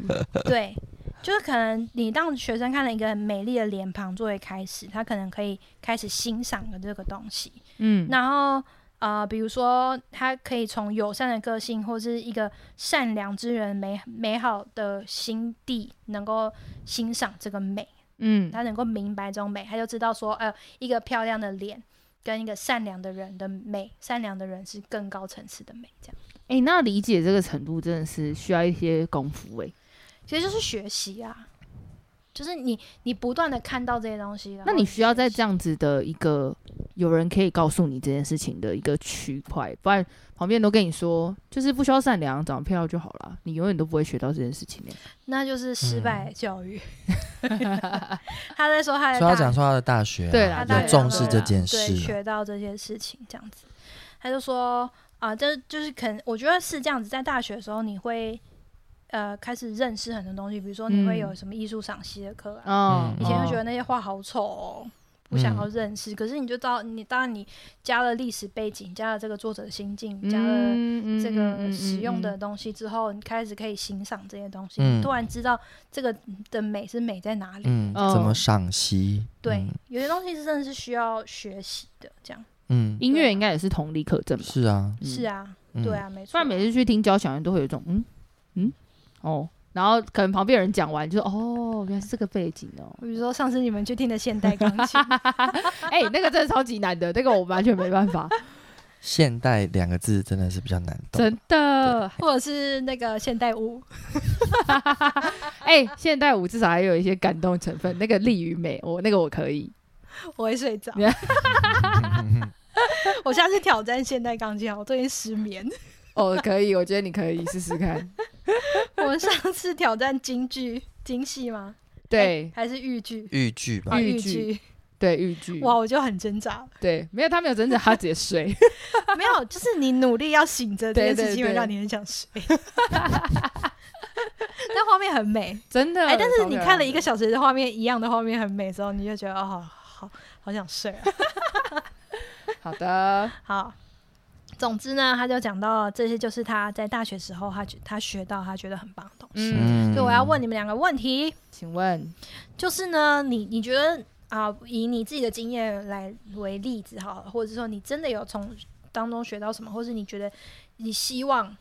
Speaker 1: 对，就是可能你让学生看了一个很美丽的脸庞作为开始，他可能可以开始欣赏的这个东西。
Speaker 2: 嗯，
Speaker 1: 然后呃，比如说他可以从友善的个性，或是一个善良之人美美好的心地，能够欣赏这个美，
Speaker 2: 嗯
Speaker 1: 他能够明白这种美，他就知道说，呃，一个漂亮的脸。跟一个善良的人的美，善良的人是更高层次的美，这样
Speaker 2: 哎、那理解这个程度真的是需要一些功夫哎、
Speaker 1: 其实就是学习啊，就是你你不断的看到这些东西，然
Speaker 2: 那
Speaker 1: 后
Speaker 2: 你需要在
Speaker 1: 学习
Speaker 2: 这样子的一个有人可以告诉你这件事情的一个区块，不然旁边都跟你说就是不需要善良，长得漂亮就好了，你永远都不会学到这件 事情欸
Speaker 1: 那就是失
Speaker 2: 嗯
Speaker 1: 败教育。 他在说他的
Speaker 3: 所
Speaker 1: 大
Speaker 3: 以他讲说他的大学啊
Speaker 2: 对啦
Speaker 1: 他
Speaker 2: 啊
Speaker 1: 大
Speaker 2: 对
Speaker 1: 学
Speaker 3: 有
Speaker 2: 啦
Speaker 3: 重视
Speaker 1: 的
Speaker 3: 这
Speaker 1: 时候对
Speaker 3: 件事啊，
Speaker 1: 学到这些事情这样子，他就说啊，这就是可能我觉得是这样子，在大学的时候你会呃开始认识很多东西，比如说你会有
Speaker 2: 嗯
Speaker 1: 什么艺术赏析的课啊，
Speaker 2: 哦
Speaker 3: 嗯
Speaker 1: 以前就觉
Speaker 2: 得
Speaker 1: 得那些画好丑哦。不想要认识，可是你就到你当然你加了历史背景，加了这个作者的心境，加了
Speaker 2: 嗯
Speaker 3: 嗯
Speaker 1: 这个使用的东西之后，你开始可以欣赏这些东西，
Speaker 3: 嗯
Speaker 1: 你突然知道这个的美是美在哪里。
Speaker 3: 嗯，
Speaker 2: 哦
Speaker 3: 怎么赏析？
Speaker 1: 对
Speaker 3: 嗯，
Speaker 1: 有些东西是真的是需要学习的，这样、
Speaker 3: 嗯，
Speaker 2: 音乐应该也是同理可证吧？
Speaker 3: 是啊，
Speaker 2: 嗯
Speaker 1: 啊是啊，
Speaker 3: 嗯
Speaker 1: 对，啊，没
Speaker 2: 不
Speaker 1: 错
Speaker 2: 然。每次去听交响乐都会有一种嗯嗯哦，然后可能旁边有人讲完就哦原来是这个背景哦，
Speaker 1: 比如说上次你们去听的现代钢 琴，
Speaker 2: 哎、那个真的超级难的，那个我完全没办 法，
Speaker 3: 现代两个字真的是比较难懂。
Speaker 2: 真的。
Speaker 1: 或者是那个现代舞，
Speaker 2: 哎、现代舞至少还有一些感动成分，那个力与美，我那个我可以。
Speaker 1: 我会睡 着。
Speaker 3: 嗯
Speaker 1: 我下次挑战现代钢琴，好，我最近失眠。
Speaker 2: 哦，可以，我觉得你可以试试
Speaker 1: 哎
Speaker 2: 看。
Speaker 1: 我们上次挑战京剧、京戏吗？
Speaker 2: 对
Speaker 1: 哎还是豫剧？
Speaker 3: 豫剧吧
Speaker 1: 啊，，
Speaker 2: 豫
Speaker 1: 豫
Speaker 2: 剧
Speaker 1: 剧，
Speaker 2: 对，豫剧，
Speaker 1: 哇，我就很挣扎。
Speaker 2: 对，没有他没有真的，他直 接睡。
Speaker 1: 没有，就是你努力要醒着这
Speaker 2: 对
Speaker 1: 件事情，
Speaker 2: 对
Speaker 1: 会
Speaker 2: 对
Speaker 1: 让你很想 睡。但画面很美，
Speaker 2: 真的。
Speaker 1: 哎、但是你看了一个
Speaker 2: 超
Speaker 1: 小时的画面，一样的画面很美之后，你就觉得哦，好好好想睡啊。
Speaker 2: 漂亮的好的，
Speaker 1: 好，总之呢，他就讲到这些，就是他在大学时候他觉他学到他觉得很棒的东西。
Speaker 2: 嗯，
Speaker 1: 所以我要问你们两个问题，
Speaker 2: 请问，
Speaker 1: 就是呢，你你觉得啊、以你自己的经验来为例子好了，或者说你真的有从当中学到什么，或是你觉得你希望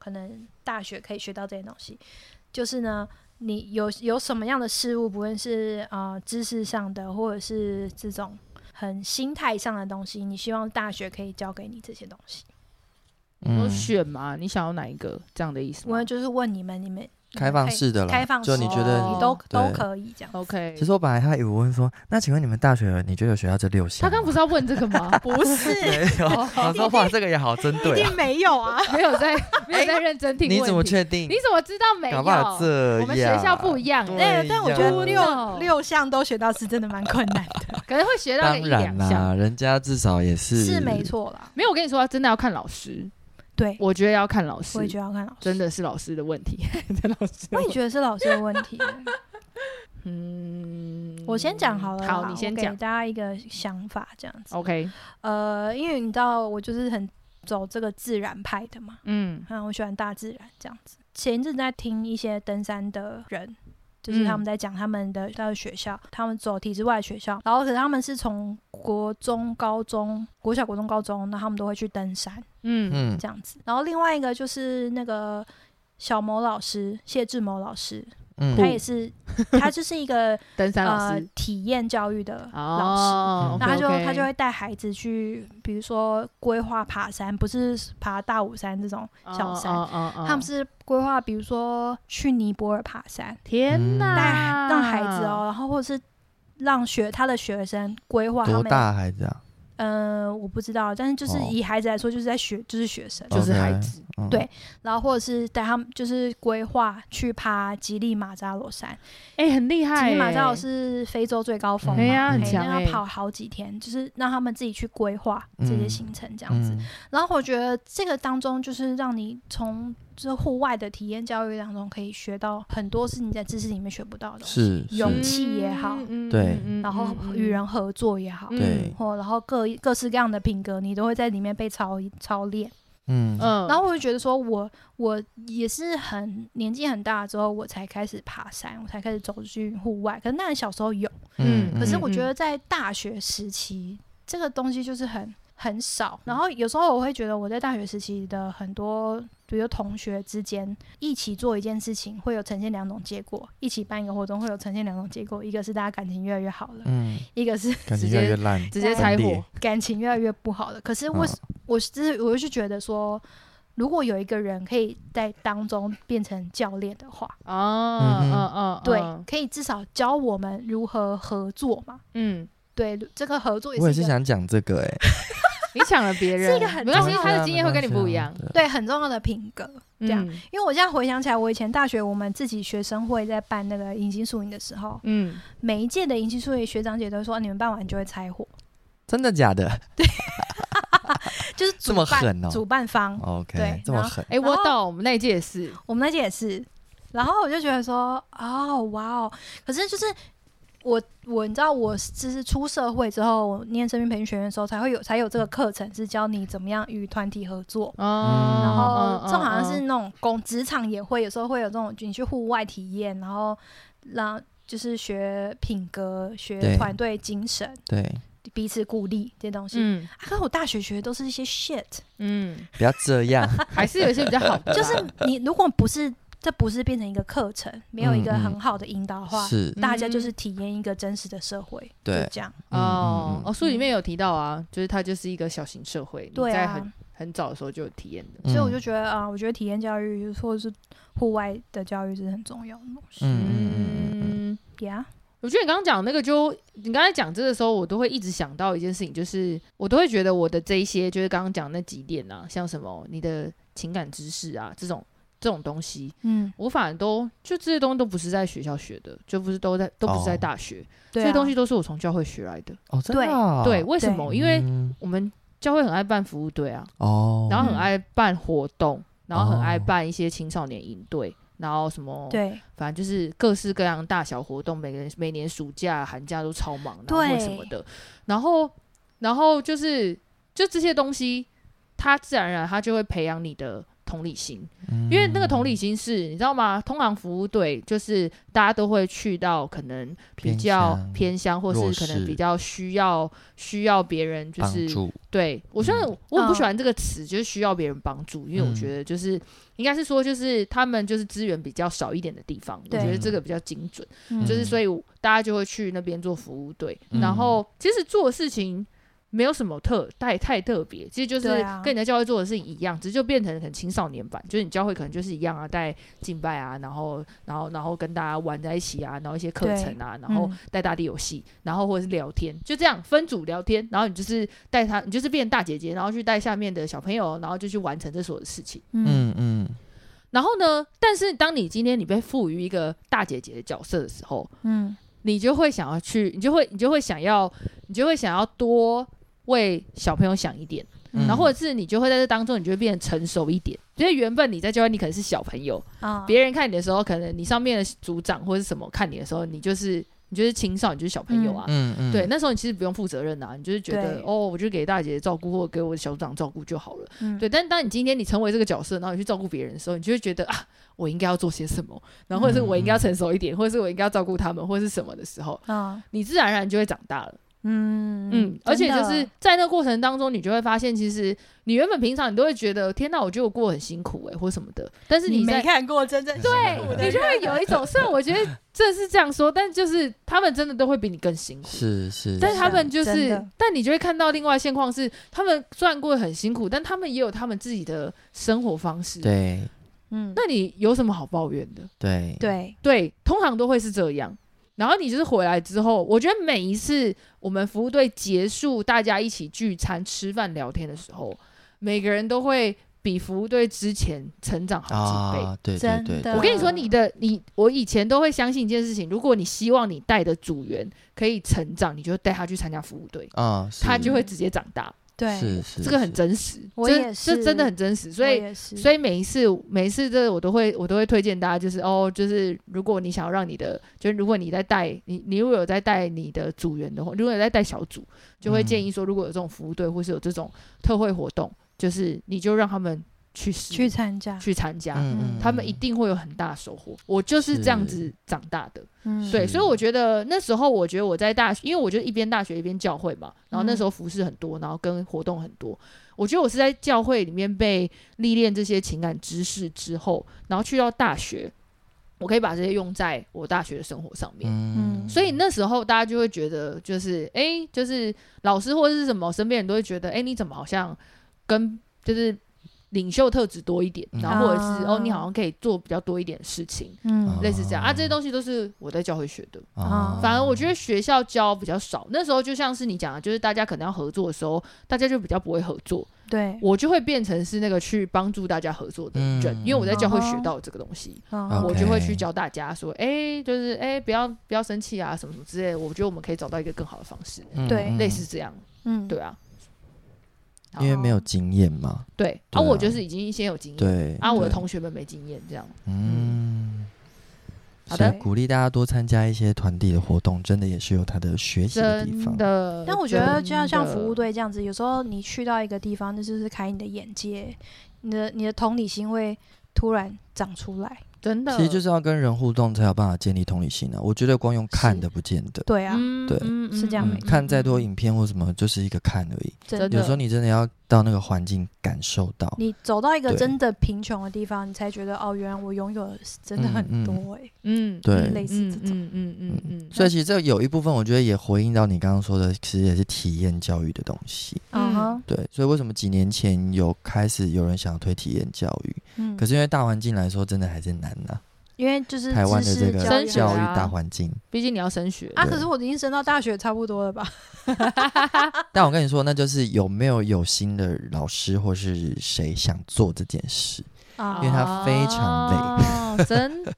Speaker 1: 可能大学可以学到这些东西，就是呢，你有有什么样的事物，不论是啊、呃知识上的，或者是这种很心态上的东西，你希望大学可以教给你这些东西。
Speaker 2: 我
Speaker 3: 嗯
Speaker 2: 选嘛，你想要哪一个？这样的意思吗
Speaker 1: 我就是问你们，你们你们
Speaker 3: 开
Speaker 2: 哎
Speaker 3: 放
Speaker 1: 可以
Speaker 3: 式的啦，
Speaker 1: 开放
Speaker 3: 就你
Speaker 1: 式
Speaker 3: 觉
Speaker 1: 的
Speaker 3: 得
Speaker 1: 你
Speaker 2: 哦
Speaker 1: 都都
Speaker 3: 对
Speaker 1: 可以这样。？
Speaker 2: ？OK
Speaker 3: 其。实我本来还以为我问说，那请问你们大学你就有学到这六项
Speaker 2: 他
Speaker 3: 吗？
Speaker 2: 刚不是要问这个吗 哦
Speaker 1: 不 是，
Speaker 3: 没有，我说哇，这个也好针
Speaker 1: 一
Speaker 3: 对啊，
Speaker 1: 定没有啊。
Speaker 2: 没有在，没有在认真听问题。
Speaker 3: 哎你怎么确定
Speaker 2: 你？怎么知道没有？
Speaker 3: 搞不好这样，啊
Speaker 2: 我们学校不一样，
Speaker 3: 对
Speaker 1: 对，哎但我觉得
Speaker 3: 呀
Speaker 1: 六 六项都学到是真的蛮困难的，
Speaker 2: 可能会学到个
Speaker 3: 当
Speaker 2: 一
Speaker 3: 然
Speaker 2: 两项。
Speaker 3: 啦，人家至少也是
Speaker 1: 是没。错啦。
Speaker 2: 没有，我跟你说，真的要看老师，
Speaker 1: 对，
Speaker 2: 我觉得要看老师
Speaker 1: 我，也觉得要看老师，
Speaker 2: 真的是老师的问题， 真的老师的
Speaker 1: 我
Speaker 2: 问
Speaker 1: 也
Speaker 2: 题。
Speaker 1: 觉得是老师的问 题。
Speaker 2: 嗯
Speaker 1: 我先讲好了啦，
Speaker 2: 好，你先
Speaker 1: 我
Speaker 2: 讲
Speaker 1: 给。大家一个想法，这样子。
Speaker 2: OK，
Speaker 1: 呃，因为你知道我就是很走这个自然派的嘛，
Speaker 2: 嗯
Speaker 1: 嗯，我喜欢大自然这样子。前一阵在听一些登山的人，
Speaker 2: 嗯
Speaker 1: 就是他们在讲他们的他的学校，他们走体制外的学校，然后可是他们是从国中、高中、国小、国中、高中，那他们都会去登山。
Speaker 2: 嗯
Speaker 3: 嗯，
Speaker 1: 这样子。然后另外一个就是那个小某老师，谢志某老师，
Speaker 3: 嗯
Speaker 1: 他也是，他就是一 个
Speaker 2: 登山老
Speaker 1: 呃
Speaker 2: 师，
Speaker 1: 体验教育的呃老师。
Speaker 2: 哦，
Speaker 1: 那他就
Speaker 2: OK，OK
Speaker 1: 他就会带孩子去，比如说规划爬山，不是爬大武山这种，小山
Speaker 2: 哦哦哦哦
Speaker 1: 他们是规划，比如说去尼泊尔爬山，
Speaker 3: 嗯
Speaker 2: 天
Speaker 1: 带
Speaker 2: 哪，
Speaker 1: 哦
Speaker 2: 啊
Speaker 1: 让孩子哦，然后或者是让学他的学生规划他
Speaker 3: 多
Speaker 1: 们
Speaker 3: 大孩子啊？
Speaker 1: 呃，我不知道，但是就是
Speaker 3: 哦
Speaker 1: 以孩子来说，就是在学，就是学生，
Speaker 2: 就是
Speaker 3: OK
Speaker 2: 孩子。
Speaker 3: 嗯
Speaker 1: 对然后或者是带他们就是规划去爬吉利马扎罗山，
Speaker 2: 哎、很厉
Speaker 1: 吉
Speaker 2: 害、
Speaker 1: 利
Speaker 2: 欸，
Speaker 1: 马扎罗是非洲最高峰嘛，
Speaker 3: 嗯哎呀
Speaker 1: 嘿
Speaker 3: 很
Speaker 2: 强
Speaker 1: 那
Speaker 2: 哎
Speaker 1: 要跑好几天，就是让他们自己去规划这些行程这样子。
Speaker 3: 嗯
Speaker 1: 然后我觉得这个当中就是让你从这户外的体验教育当中可以学到很多是你在知识里面学不到的东西，
Speaker 3: 是
Speaker 1: 勇
Speaker 3: 是
Speaker 1: 气也好
Speaker 2: 嗯
Speaker 3: 对
Speaker 1: 然后与人合作也好，
Speaker 2: 嗯
Speaker 3: 对，
Speaker 1: 或然后各各式各样的品格，你都会在里面被操操练。
Speaker 3: 嗯
Speaker 2: 嗯，
Speaker 1: 然后我就觉得说我，我也是很年纪很大之后，我才开始爬山，我才开始走进户外。可是那小时候有，
Speaker 2: 嗯
Speaker 1: 可是我
Speaker 2: 嗯
Speaker 1: 觉得在大学时期，这个东西就是很很少。
Speaker 2: 嗯
Speaker 1: 然后有时候我会觉得我在大学时期的很多，比如同学之间一起做一件事情，会有呈现两种结果；一起办一个活动，会有呈现两种结果，一个是大家感情越来越好了，
Speaker 3: 嗯，
Speaker 1: 一个是
Speaker 3: 感
Speaker 2: 直
Speaker 3: 情越来
Speaker 2: 接
Speaker 3: 越烂，
Speaker 2: 直接拆
Speaker 3: 分
Speaker 2: 火
Speaker 3: 裂，
Speaker 1: 感情越来越不好了。可是我、
Speaker 3: 嗯
Speaker 1: 我就是我就是觉得说。如果有一个人可以在当中变成教练的话，
Speaker 2: 哦，
Speaker 3: 嗯
Speaker 2: 嗯
Speaker 3: 哼
Speaker 2: 嗯，
Speaker 1: 对，
Speaker 2: 嗯
Speaker 1: 可以至少教我们如何合作嘛。
Speaker 2: 嗯，
Speaker 1: 对，这个合作也
Speaker 3: 我也
Speaker 1: 是
Speaker 3: 是
Speaker 1: 一个
Speaker 3: 想讲这个哎，
Speaker 2: 你抢了别人，
Speaker 1: 是一个很
Speaker 2: 没关系，
Speaker 1: 重要
Speaker 2: 他的经验会跟你不一样，
Speaker 3: 对，啊
Speaker 1: 对很重要的品格。这样
Speaker 2: 嗯
Speaker 1: 因为我现在回想起来，我以前大学我们自己学生会在办那个迎新宿营的时候，
Speaker 2: 嗯，
Speaker 1: 每一届的迎新宿营学长姐都说，你们办完就会拆伙，
Speaker 3: 真的假
Speaker 2: 嗯
Speaker 3: 的
Speaker 1: 就是
Speaker 3: 这
Speaker 1: 主
Speaker 3: 么
Speaker 1: 办、
Speaker 3: 狠哦
Speaker 1: 主办方，
Speaker 3: ？OK，
Speaker 1: 对
Speaker 3: 这么
Speaker 1: 然后
Speaker 3: 狠，
Speaker 2: 哎，我
Speaker 1: 然后
Speaker 2: 懂，我们那一届也是，
Speaker 1: 我们那届也是。然后我就觉得说，哦，哇哦！可是就是我我你知道，我就是出社会之后，我念生命培训学院的时候，才会有才有这个课程，是教你怎么样与团体合作。
Speaker 2: 哦，
Speaker 1: 然后
Speaker 2: 嗯
Speaker 1: 这好像是
Speaker 2: 嗯
Speaker 1: 那种工职场也会有时候会有这种，你去户外体验，然后让就是学品格、
Speaker 3: 对
Speaker 1: 学团队精神、
Speaker 3: 对，
Speaker 1: 彼此鼓励这些东西。
Speaker 2: 嗯
Speaker 1: 啊，可是我大学学的都是一些 shit，
Speaker 2: 嗯，
Speaker 3: 不要 这样，
Speaker 2: 还是有一些比较 好的啦， 哦
Speaker 1: 就是
Speaker 3: 嗯
Speaker 1: 你如果不是这不是变成一个课程，没有一个
Speaker 3: 嗯嗯
Speaker 1: 很好的引导的话，
Speaker 3: 是，
Speaker 1: 大家就是体验一个真实的社会，
Speaker 3: 对
Speaker 1: 就这样，
Speaker 3: 嗯
Speaker 2: 哦
Speaker 3: 嗯嗯
Speaker 2: 哦，书里面有提到啊，就是它就是一个小型社会，你
Speaker 1: 对
Speaker 2: 在
Speaker 1: 啊
Speaker 2: 很。很早的时候就有体验的，
Speaker 3: 嗯
Speaker 1: 所以我就觉得啊、我觉得体验教育或者是户外的教育是很重要的东西。
Speaker 3: 嗯嗯嗯嗯
Speaker 2: 嗯，
Speaker 3: 嗯，
Speaker 1: Yeah，
Speaker 2: 我觉得你刚刚讲那个就，你刚才讲这个时候，我都会一直想到一件事情，就是我都会觉得我的这一些，就是刚刚讲那几点啊，像什么你的情感知识啊，这种这种东西，
Speaker 1: 嗯，
Speaker 2: 我反而都就这些东西都不是在学校学的，就不是都在都不是在大学，
Speaker 1: 对、
Speaker 2: 这
Speaker 1: 啊，
Speaker 2: 些东西都是我从教会学来的。
Speaker 3: 哦，真的哦，
Speaker 2: 对，为什么？因为
Speaker 3: 嗯
Speaker 2: 我们教会很爱办服务队啊，
Speaker 3: 哦，
Speaker 2: 然后很爱办活动，然后很爱
Speaker 3: 哦
Speaker 2: 办一些青少年营队，然后什么
Speaker 1: 对
Speaker 2: 反正就是各式各样大小活动，每个人每年暑假、寒假都超忙，然后
Speaker 1: 对
Speaker 2: 或什么的。然后，然后就是就这些东西，它自然而然它就会培养你的同理心，
Speaker 3: 嗯
Speaker 2: 因为那个同理心是你知道吗？通常服务队就是大家都会去到可能比
Speaker 3: 偏
Speaker 2: 较
Speaker 3: 乡
Speaker 2: 偏乡，或
Speaker 3: 弱
Speaker 2: 是可能
Speaker 3: 势
Speaker 2: 比较需要需要别人就
Speaker 3: 帮
Speaker 2: 是
Speaker 3: 助，
Speaker 2: 对我虽然
Speaker 3: 嗯
Speaker 2: 我很不
Speaker 1: 嗯
Speaker 2: 喜欢这个词，就是需要别人帮助，因为我
Speaker 3: 嗯
Speaker 2: 觉得就是应该是说就是他们就是资源比较少一点的地方，我
Speaker 1: 对
Speaker 2: 觉得这个比较精准，
Speaker 1: 嗯
Speaker 2: 就是所以我大家就会去那边做服务队，
Speaker 3: 嗯
Speaker 2: 然后其实做的事情。没有什么特太太特别，其实就是
Speaker 1: 对啊
Speaker 2: 跟人家教会做的事情一样，只是就变成很青少年版，就是你教会可能就是一样啊，带敬拜啊，然后然后然后跟大家玩在一起啊，然后一些课
Speaker 1: 对
Speaker 2: 程啊，然后
Speaker 1: 嗯
Speaker 2: 带大地游戏，然后或者是聊天，就这样分组聊天，然后你就是带他，你就是变大姐姐，然后去带下面的小朋友，然后就去完成这所有的事情。
Speaker 1: 嗯
Speaker 3: 嗯嗯
Speaker 2: 然后呢，但是当你今天你被赋予一个大姐姐的角色的时候，
Speaker 1: 嗯
Speaker 2: 你就会想要去，你就会你就会想要，你就会想要多为小朋友想一点。
Speaker 3: 嗯
Speaker 2: 然后或者是你就会在这当中，你就会变得成熟一点。因为原本你在教会，你可能是小朋友，
Speaker 1: 啊，
Speaker 2: 别人看你的时候，可能你上面的组长或者是什么看你的时候，你就是你就是青少，你就是小朋友啊。
Speaker 3: 嗯嗯，
Speaker 2: 对，那时候你其实不用负责任啊，你就是觉得
Speaker 1: 对
Speaker 2: 哦，我就给大姐姐照顾，或者给我的小组长照顾就好了。
Speaker 1: 嗯
Speaker 2: 对，但当你今天你成为这个角色，然后你去照顾别人的时候，你就会觉得啊，我应该要做些什么，然后或者是我应该要成熟一点，或者是我应该要照顾他们，或者是什么的时候，
Speaker 1: 啊，
Speaker 2: 你自然而然就会长大了。
Speaker 1: 嗯
Speaker 2: 嗯，而且就是在那过程当中，你就会发现，其实你原本平常你都会觉得，天哪，我觉得我过得很辛苦哎、或什么的，但是
Speaker 1: 你
Speaker 2: 在
Speaker 1: 没看过真正
Speaker 2: 对
Speaker 1: 辛苦的，
Speaker 2: 你就会有一种，虽然我觉得这是这样说，但就是他们真的都会比你更辛苦。
Speaker 3: 是是，
Speaker 2: 但是他们就
Speaker 1: 真
Speaker 2: 是
Speaker 1: 的，
Speaker 2: 但你就会看到另外现况是，他们虽然过得很辛苦，但他们也有他们自己的生活方式。，
Speaker 3: 对
Speaker 1: 嗯
Speaker 2: 那你有什么好抱怨的？
Speaker 3: 对
Speaker 1: 对
Speaker 2: 对，通常都会是这样。然后你就是回来之后，我觉得每一次我们服务队结束，大家一起聚餐、吃饭、聊天的时候，每个人都会比服务队之前成长好几倍。
Speaker 3: 啊，对对
Speaker 1: 真
Speaker 3: 对，
Speaker 1: 的
Speaker 2: 我
Speaker 3: 对
Speaker 2: 跟你说，你的你，我以前都会相信一件事情：如果你希望你带的组员可以成长，你就带他去参加服务队，
Speaker 3: 啊，
Speaker 2: 他
Speaker 3: 是
Speaker 2: 就会直接长大。
Speaker 1: 对，
Speaker 3: 是是，
Speaker 2: 这个很
Speaker 3: 是
Speaker 2: 真实，
Speaker 1: 我
Speaker 2: 这
Speaker 1: 也
Speaker 2: 这
Speaker 1: 是
Speaker 2: 真的很真实。所以所
Speaker 1: 以
Speaker 2: 以每一次每一次这我都会我都会推荐大家，就是哦，就是如果你想要让你的，就是如果你在带你你如果有在带你的组员的话，如果有在带小组，就
Speaker 1: 嗯
Speaker 2: 会建议说，如果有这种服务队或是有这种特惠活动，就是你就让他们去试
Speaker 1: 去参加，
Speaker 2: 去参加。
Speaker 1: 嗯
Speaker 2: 他们一定会有很大收获，我就是这样
Speaker 3: 是
Speaker 2: 子长大的，
Speaker 1: 嗯
Speaker 2: 对，
Speaker 3: 是
Speaker 2: 所以我觉得那时候，我觉得我在大学，因为我就一边大学一边教会嘛，然后那
Speaker 1: 嗯
Speaker 2: 时候服饰很多，然后跟活动很多，我觉得我是在教会里面被历练这些情感知识之后，然后去到大学，我可以把这些用在我大学的生活上面。
Speaker 3: 嗯
Speaker 2: 所以那时候大家就会觉得，就是哎、诶就是老师或者是什么，身边人都会觉得，哎、你怎么好像跟就是领袖特质多一点，
Speaker 3: 嗯
Speaker 2: 然后或者是、
Speaker 1: 啊
Speaker 2: 哦，你好像可以做比较多一点事情，
Speaker 1: 嗯
Speaker 2: 类似这样啊，
Speaker 3: 哦
Speaker 2: 这些东西都是我在教会学的。
Speaker 1: 啊
Speaker 2: 反而我觉得学校教比较少，那时候就像是你讲的，就是大家可能要合作的时候，大家就比较不会合作，
Speaker 1: 对，
Speaker 2: 我就会变成是那个去帮助大家合作的人，
Speaker 3: 嗯
Speaker 2: 因为我在教会学
Speaker 1: 哦
Speaker 2: 到这个东西，
Speaker 1: 嗯
Speaker 2: 我就会去
Speaker 3: 啊 OK
Speaker 2: 教大家说，哎、就是哎、不要不要生气啊，什么什么之类的，我觉得我们可以找到一个更好的方式，
Speaker 1: 对
Speaker 3: 嗯
Speaker 2: 类似，这样，
Speaker 1: 嗯，
Speaker 2: 对啊，
Speaker 3: 嗯嗯因为没有经验嘛，
Speaker 2: 对，
Speaker 3: 对
Speaker 2: 啊，我
Speaker 3: 啊
Speaker 2: 就是已经先有经验，
Speaker 3: 对
Speaker 2: 啊，我的
Speaker 3: 对
Speaker 2: 同学们没经验，这样，
Speaker 3: 嗯，
Speaker 2: 好
Speaker 3: 所以
Speaker 1: 的
Speaker 3: 鼓励大家多参加一些团体的活动，真的也是有它的学习的地
Speaker 2: 真
Speaker 3: 方。
Speaker 2: 的，
Speaker 1: 但我觉得就像
Speaker 2: 真
Speaker 1: 像
Speaker 2: 的
Speaker 1: 服
Speaker 3: 嗯
Speaker 1: 务队这样子，有时候你去到一个地方，那就是开你的眼界，你的你的同理心会突然长出来。
Speaker 2: 真的，
Speaker 3: 其实就是要跟人互动才有办法建立同理心啊！我觉得光用看的不见得，
Speaker 1: 对啊，
Speaker 2: 嗯
Speaker 3: 对
Speaker 2: 嗯
Speaker 1: 是这样没
Speaker 3: 嗯，
Speaker 1: 错
Speaker 3: 看再多影片或什么，就是一个看而已。
Speaker 1: 真
Speaker 2: 真
Speaker 1: 的，
Speaker 2: 的
Speaker 3: 有时候你真的要到那个环境感受到，
Speaker 1: 你走到一个
Speaker 3: 对
Speaker 1: 真的贫穷的地方，你才觉得哦，原来我拥有的是真的
Speaker 3: 嗯
Speaker 1: 很多哎、
Speaker 2: 嗯，
Speaker 3: 对
Speaker 2: 嗯
Speaker 1: 类似这种
Speaker 2: 嗯嗯嗯嗯嗯，
Speaker 3: 所以其实这有一部分，我觉得也回应到你刚刚说的，其实也是体验教育的东西。
Speaker 1: 嗯哼，
Speaker 3: 对，所以为什么几年前有开始有人想要推体验教育？
Speaker 1: 嗯，
Speaker 3: 可是因为大环境来说，真的还是难呐、
Speaker 1: 因为就是
Speaker 3: 台湾
Speaker 1: 知
Speaker 3: 的
Speaker 1: 识
Speaker 3: 这个
Speaker 1: 教育
Speaker 2: 真
Speaker 3: 教
Speaker 2: 是
Speaker 3: 育
Speaker 2: 啊
Speaker 3: 大环境。
Speaker 2: 毕竟你要升学
Speaker 1: 啊，
Speaker 3: 对
Speaker 1: 可是我已经升到大学差不多了吧？
Speaker 3: 但我跟你说，那就是有没有有心的老师或是谁想做这件事？
Speaker 1: 啊
Speaker 3: 因为他非常累
Speaker 2: 累，哦真的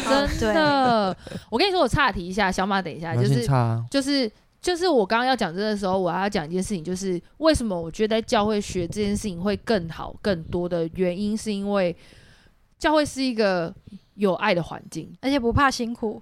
Speaker 2: 真
Speaker 1: 对
Speaker 2: 的。我跟你说，我岔题一下，小马，等一下，就
Speaker 3: 没
Speaker 2: 是
Speaker 3: 差、啊，
Speaker 2: 就是就是我刚刚要讲这个时候，我要讲一件事情，就是为什么我觉得在教会学这件事情会更好、更多的原因，是因为教会是一个有爱的环境，
Speaker 1: 而且不怕辛苦，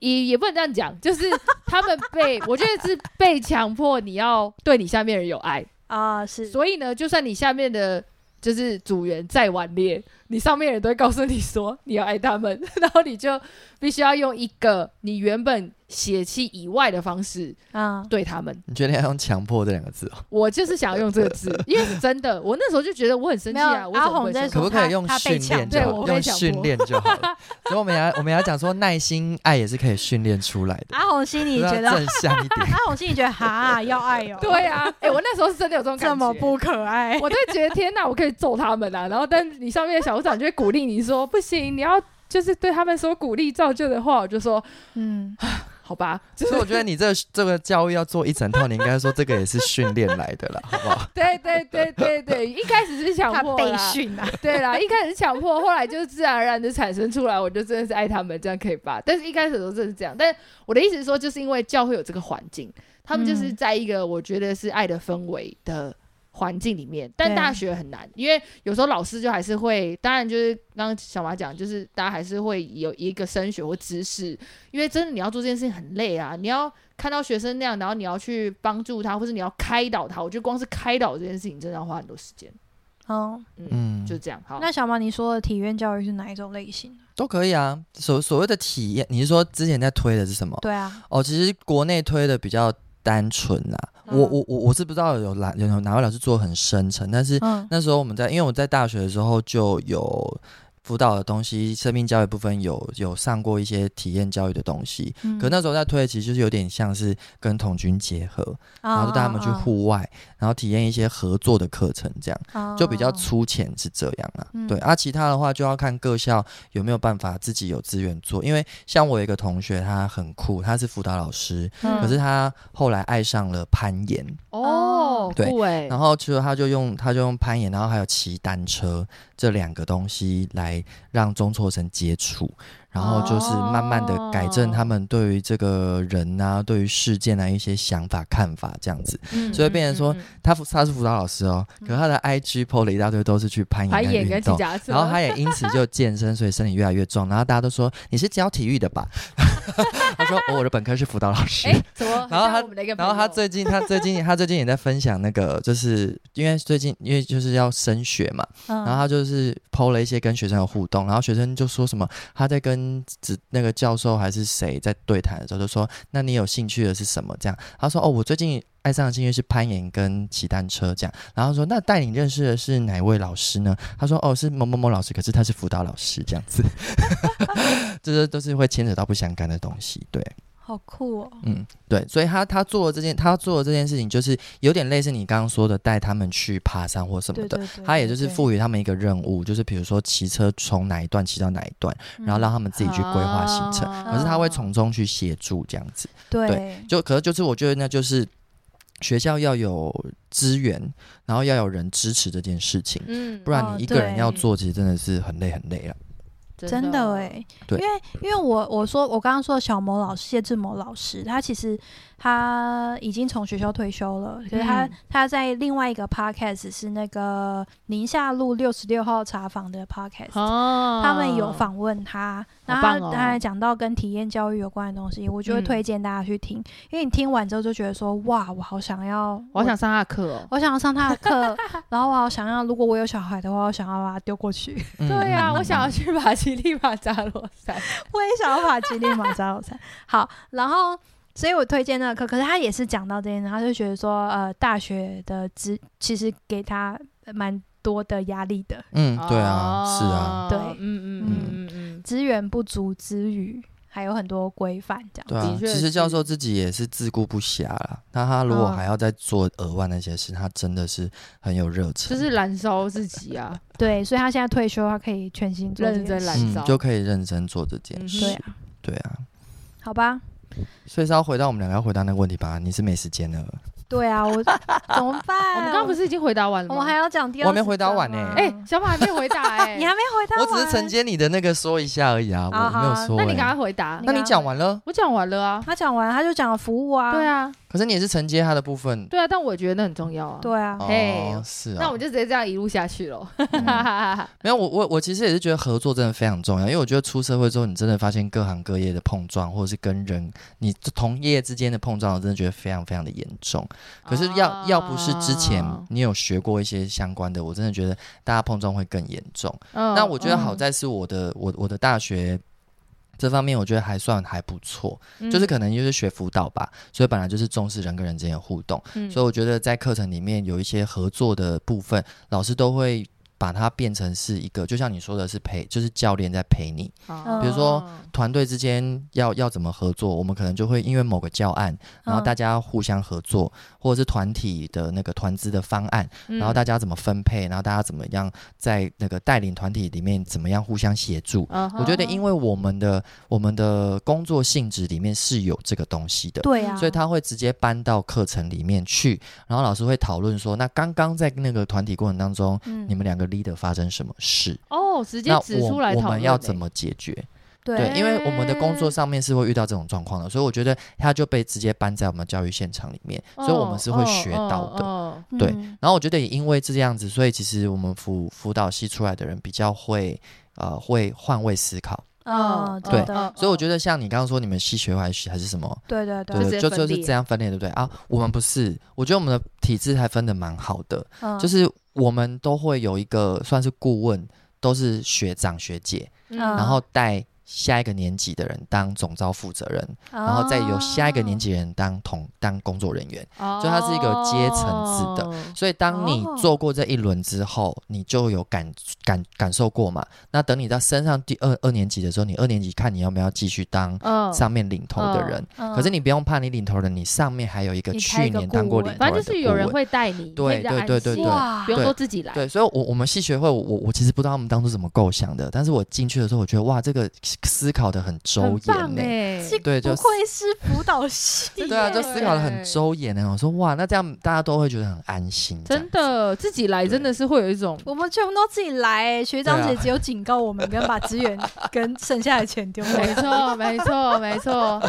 Speaker 2: 也也不能这样讲，就是他们被 我觉得是被强迫你要对你下面人有爱，
Speaker 1: 啊，是
Speaker 2: 所以呢，就算你下面的就是组员再顽劣，你上面人都会告诉你说你要爱他们， 然后你就必须要用一个你原本血气以外的方式
Speaker 1: 啊，
Speaker 2: 对他们。
Speaker 3: 你觉得要用强迫这两个字哦？
Speaker 2: 我就是想要用这个字，因为是真的，我那时候就觉得我很生气
Speaker 1: 没
Speaker 2: 啊，
Speaker 1: 有
Speaker 2: 我怎
Speaker 1: 阿
Speaker 2: 么
Speaker 1: 红
Speaker 2: 会
Speaker 1: 在
Speaker 2: 生气
Speaker 1: 说
Speaker 3: 可不可以用
Speaker 1: 他被
Speaker 3: 训
Speaker 1: 强
Speaker 3: 练
Speaker 2: 迫
Speaker 3: 就
Speaker 2: 对我
Speaker 3: 好？
Speaker 2: 被
Speaker 3: 用
Speaker 2: 强迫
Speaker 3: 训练就好 了。所以我们要我们要讲说耐心爱也是可以训练出来的，
Speaker 1: 阿红心里啊觉
Speaker 3: 要
Speaker 1: 得，
Speaker 3: 正向一点。
Speaker 1: 阿红心里觉得哈要爱哦，
Speaker 2: 对啊， 哎、我那时候是真的有这种感觉，
Speaker 1: 这么不可爱，
Speaker 2: 我就觉得天哪，我可以揍他们啊！然后，但你上面的小组长就会鼓励你说，不行，你要就是对他们说鼓励造就的话，我就说
Speaker 1: 嗯，
Speaker 2: 好吧，就
Speaker 3: 所以
Speaker 2: 是
Speaker 3: 我觉得你这这个教育要做一整套，你应该说这个也是训练来的啦，好不好？
Speaker 2: 对对对对对，一开始是强
Speaker 1: 他
Speaker 2: 迫
Speaker 1: 被
Speaker 2: 啦，
Speaker 1: 训啊，
Speaker 2: 对啦，一开始是强迫，后来就自然而然的产生出来，我就真的是爱他们，这样可以吧？但是一开始都真的是这样，但我的意思是说，就是因为教会有这个环境，他们就是
Speaker 1: 嗯
Speaker 2: 在一个我觉得是爱的氛围的。环境里面，但
Speaker 1: 对
Speaker 2: 大学很难，因为有时候老师就还是会，当然就是刚刚小马讲，就是大家还是会有一个升学或知识，因为真的你要做这件事情很累啊，你要看到学生那样，然后你要去帮助他，或是你要开导他，我觉得光是开导这件事情真的要花很多时间，
Speaker 1: 嗯，
Speaker 2: 嗯，
Speaker 3: 嗯，
Speaker 2: 就这样，好，
Speaker 1: 那小马你说的体院教育是哪一种类型？
Speaker 3: 都可以啊。所所谓的体验，你是说之前在推的是什么？
Speaker 1: 对啊，
Speaker 3: 哦，其实国内推的比较单纯啦。
Speaker 1: 嗯
Speaker 3: 我我我我是不知道有哪有哪位老师做得很深沉，但是
Speaker 1: 嗯
Speaker 3: 那时候我们在，因为我在大学的时候就有辅导的东西，生命教育部分有有上过一些体验教育的东西，
Speaker 1: 嗯
Speaker 3: 可那时候在推，其实就是有点像是跟童军结合，
Speaker 1: 啊
Speaker 3: 然后就带他们去户外，然后体验一些合作的课程，这样
Speaker 1: 哦
Speaker 3: 就比较粗浅是这样啦。
Speaker 1: 嗯
Speaker 3: 对啊，其他的话就要看各校有没有办法自己有资源做，因为像我有一个同学，他很酷，他是辅导老师，
Speaker 1: 嗯
Speaker 3: 可是他后来爱上了攀岩，
Speaker 2: 哦，
Speaker 3: 对
Speaker 2: 酷哎，
Speaker 3: 然后其实他就用他就用攀岩，然后还有骑单车这两个东西来让中辍生接触，然后就是慢慢的改正他们对于这个人啊、对于事件啊一些想法、看法这样子。
Speaker 2: 嗯
Speaker 3: 所以变成说
Speaker 2: 嗯嗯嗯
Speaker 3: 他辅他是辅导老师哦，可他的 IG PO 了一大堆都是去攀
Speaker 2: 排
Speaker 3: 岩
Speaker 2: 演
Speaker 3: 跟
Speaker 2: 跟
Speaker 3: 运
Speaker 2: 骑
Speaker 3: 动。
Speaker 2: 脚踏车，
Speaker 3: 然后他也因此就健身，所以身体越来越壮。然后大家都说你是教体育的吧？ 他说、哦、我的本科是辅导老师。
Speaker 2: 哎什么？
Speaker 3: 然后
Speaker 2: 很
Speaker 3: 他
Speaker 2: 像我们的一个朋
Speaker 3: 然
Speaker 2: 友，
Speaker 3: 后他最近，他最近，他最近也在分享那个，就是因为最近因为就是要升学嘛，
Speaker 1: 嗯
Speaker 3: 然后他就是抛了一些跟学生的互动，然后学生就说什么他在跟指那个教授还是谁在对谈的时候，就说那你有兴趣的是什么？这样，他说哦，我最近爱上的兴趣是攀岩跟骑单车这样，然后说哦那带你认识的是哪位老师呢？他说哦，是某某某老师，可是他是辅导老师这样子，这些都是会牵扯到不相干的东西，对。
Speaker 1: 好酷哦，
Speaker 3: 嗯，对，所以他他做的这件他做的这件事情，就是有点类似你刚刚说的，带他们去爬山或什么
Speaker 1: 对
Speaker 3: 的。
Speaker 1: 对对，
Speaker 3: 他也就是
Speaker 1: 对，
Speaker 3: 赋予他们一个任务，就是比如说骑车从哪一段骑到哪一段，然
Speaker 1: 嗯
Speaker 3: 后让他们自己去规划行程。
Speaker 2: 啊
Speaker 3: 可是他会从中去协助这样子，
Speaker 1: 对
Speaker 3: 就可是就是我觉得那就是学校要有资源，然后要有人支持这件事情，
Speaker 2: 嗯
Speaker 3: 不然
Speaker 1: 哦
Speaker 3: 你一个人
Speaker 1: 对
Speaker 3: 要做，其实真的是很累很累啊了。
Speaker 2: 哦
Speaker 1: 真的哎，因
Speaker 3: 对
Speaker 1: 为因为我我说我刚刚说的小某老师谢志某老师，他其实他已经从学校退休了，可是他、
Speaker 2: 嗯
Speaker 1: 他在另外一个 podcast 是那个宁夏路六十六号茶坊的 podcast，、
Speaker 2: 哦，
Speaker 1: 他们有访问他，然
Speaker 2: 好
Speaker 1: 后
Speaker 2: 棒
Speaker 1: 他
Speaker 2: 哦
Speaker 1: 他还讲到跟体验教育有关的东西，我就会
Speaker 2: 嗯
Speaker 1: 推荐大家去听，因为你听完之后就觉得说哇，我好想要，
Speaker 2: 我好想上他的课哦。
Speaker 1: 我想要上他的课， 然后我好想要，如果我有小孩的话，我想要把他丢过去。
Speaker 3: 嗯
Speaker 2: 对呀、
Speaker 3: 嗯嗯
Speaker 2: 我想要去马吉利马扎罗山。
Speaker 1: 我也想要把吉利马扎罗山。 好，然后所以我推荐那个课，可是他也是讲到这些，然后他就觉得说，呃，大学的资其实给他蛮多的压力的，
Speaker 3: 嗯，对啊，是
Speaker 2: 哦
Speaker 3: 啊，
Speaker 1: 对
Speaker 2: 嗯嗯嗯嗯
Speaker 1: 资源不足之余，还有很多规范这样。
Speaker 3: 对啊
Speaker 2: 的，确
Speaker 3: 其实教
Speaker 2: 是
Speaker 3: 授自己也是自顾不暇啦。那他如果
Speaker 1: 嗯
Speaker 3: 还要再做额外那些事，他真的是很有
Speaker 2: 嗯，
Speaker 3: 热
Speaker 2: 就
Speaker 3: 忱，
Speaker 2: 是燃烧自己啊，
Speaker 1: 对，所以他现在退休，他可以全心做这
Speaker 2: 认
Speaker 1: 件
Speaker 2: 真
Speaker 1: 事
Speaker 2: 来
Speaker 3: 嗯
Speaker 2: 烧，
Speaker 3: 就可以认真做这件
Speaker 2: 嗯
Speaker 3: 事。
Speaker 1: 对啊，
Speaker 3: 对啊，
Speaker 1: 好吧，
Speaker 3: 所以是要回到我们两个要回答那个问题吧？你是没时间了，
Speaker 1: 对啊， 我怎么办？
Speaker 2: 我们刚刚不是已经回答完了
Speaker 1: 我
Speaker 2: 吗？
Speaker 1: 们还要讲第二，
Speaker 3: 我还没回答完呢
Speaker 2: 哎、小马还没回答哎、
Speaker 1: 你还没回答
Speaker 3: 我
Speaker 1: 完，
Speaker 3: 只是承接你的那个说一下而已啊，
Speaker 1: 好
Speaker 3: 我没有
Speaker 1: 好
Speaker 3: 说
Speaker 2: 那
Speaker 3: 欸。
Speaker 2: 你赶快回答
Speaker 1: 你。
Speaker 3: 那你讲完了，
Speaker 2: 我讲完了啊。
Speaker 1: 他讲完，他就讲了服务啊，
Speaker 2: 对，啊，
Speaker 3: 可是你也是承接他的部分。
Speaker 2: 对啊，但我觉得那很重要啊。
Speaker 1: 对啊，
Speaker 2: 嘿
Speaker 3: 哦，是啊。
Speaker 2: 那我就直接这样一路下去喽。
Speaker 3: 嗯没有我我我其实也是觉得合作真的非常重要，因为我觉得出社会之后，你真的发现各行各业的碰撞，或者是跟人你同业之间的碰撞，我真的觉得非常非常的严
Speaker 2: 哦
Speaker 3: 重。可是要、
Speaker 2: 啊
Speaker 3: 要不是之前你有学过一些相关的，我真的觉得大家碰撞会更严重。
Speaker 2: 嗯
Speaker 3: 那我觉得好在是我的我我的大学。这方面我觉得还算还不错，
Speaker 2: 嗯
Speaker 3: 就是可能就是学辅导吧，所以本来就是重视人跟人之间的互动，
Speaker 2: 嗯
Speaker 3: 所以我觉得在课程里面有一些合作的部分，老师都会把它变成是一个，就像你说的是陪，就是教练在陪你，
Speaker 1: 比
Speaker 3: 如说团队之间要要怎么合作，我们可能就会因为某个教案，然后大
Speaker 1: 嗯
Speaker 3: 家互相合作，或者是团体的那个团资的方案，
Speaker 2: 嗯
Speaker 3: 然后大家怎么分配，然后大家怎么样在那个带领团体里面怎么样互相协助。
Speaker 2: 嗯
Speaker 3: 我觉得，因
Speaker 2: 为
Speaker 3: 为我们的我们的工作性质里面是有这个东西的，
Speaker 1: 对啊，
Speaker 3: 所以他会直接搬到课程里面去，然后老师会讨论说，那刚刚在那个团体过程当中，
Speaker 1: 嗯
Speaker 3: 你们两个 leader 发生什么事？
Speaker 2: 哦，直接
Speaker 3: 那
Speaker 2: 指出来
Speaker 3: 我我
Speaker 2: 讨论
Speaker 3: 们
Speaker 2: 欸
Speaker 3: 要怎么解决？对，
Speaker 1: 对
Speaker 3: 因为我们的工作上面是会遇到这种状况的，所以我觉得他就被直接搬在我们教育现场里面，所以我们是会学到
Speaker 2: 哦哦
Speaker 3: 的。
Speaker 2: 哦
Speaker 1: 嗯
Speaker 3: 对然后我觉得也因为这样子，所以其实我们辅辅导系出来的人比较会呃会换位思考，
Speaker 1: 哦，
Speaker 2: 哦
Speaker 1: 真
Speaker 3: 对
Speaker 1: 的，
Speaker 3: 所以我觉得像你刚刚说你们系学会还是还是什么
Speaker 1: 对对对，
Speaker 2: 直
Speaker 3: 对，
Speaker 2: 接
Speaker 3: 就
Speaker 2: 分
Speaker 3: 就是
Speaker 2: 裂
Speaker 3: 这样分裂，对不对啊？我们不是，我觉得我们的体制还分的蛮好的，
Speaker 1: 嗯
Speaker 3: 就是我们都会有一个算是顾问，都是学长学姐，
Speaker 2: 嗯
Speaker 1: 嗯
Speaker 3: 然后带下一个年级的人当总招负责人，然后再由下
Speaker 1: 啊
Speaker 3: 一个年级的人当同当工作人员。
Speaker 2: 哦，
Speaker 3: 就它是一个阶层制的
Speaker 2: 的。
Speaker 3: 所以，当你
Speaker 1: 哦
Speaker 3: 做过这一轮之后，你就有感感感受过嘛？那等你到升上第二二年级的时候，你二年级看你要不要继续当
Speaker 2: 嗯，
Speaker 3: 上面领头的
Speaker 2: 嗯
Speaker 3: 人。
Speaker 1: 嗯
Speaker 3: 可是你不用怕，你领头人，你上面还有一个
Speaker 1: 你还有
Speaker 3: 去
Speaker 1: 一个
Speaker 3: 年当过
Speaker 1: 顾
Speaker 3: 领
Speaker 1: 问
Speaker 3: 头
Speaker 2: 反
Speaker 3: 人
Speaker 2: 正
Speaker 3: 的
Speaker 2: 就是有人
Speaker 3: 顾问
Speaker 2: 会带你，你会比
Speaker 3: 对
Speaker 2: 较安
Speaker 3: 对对
Speaker 2: 心
Speaker 3: 对
Speaker 1: 哇
Speaker 2: 不用都自己来。
Speaker 3: 对，所以我，我我们系学会，我我我其实不知道他们当初怎么构想的，但是我进去的时候，我觉得哇，这个思考的很周
Speaker 2: 很
Speaker 3: 延
Speaker 2: 棒
Speaker 3: 呢、
Speaker 2: 哎，
Speaker 1: 这
Speaker 3: 对就
Speaker 1: 不愧是辅导系
Speaker 2: 真
Speaker 1: 耶，
Speaker 3: 对啊，就
Speaker 2: 耶
Speaker 3: 思考的很周延呢、我说哇，那这样大家都会觉得很安心，这样
Speaker 2: 真的自己来真的是会有一种
Speaker 1: 我们全部都自己来耶，学长
Speaker 3: 对啊
Speaker 1: 姐只有警告我们跟把资源跟剩下的钱 丢回
Speaker 2: 没
Speaker 1: 去。
Speaker 2: 错，没错，没错。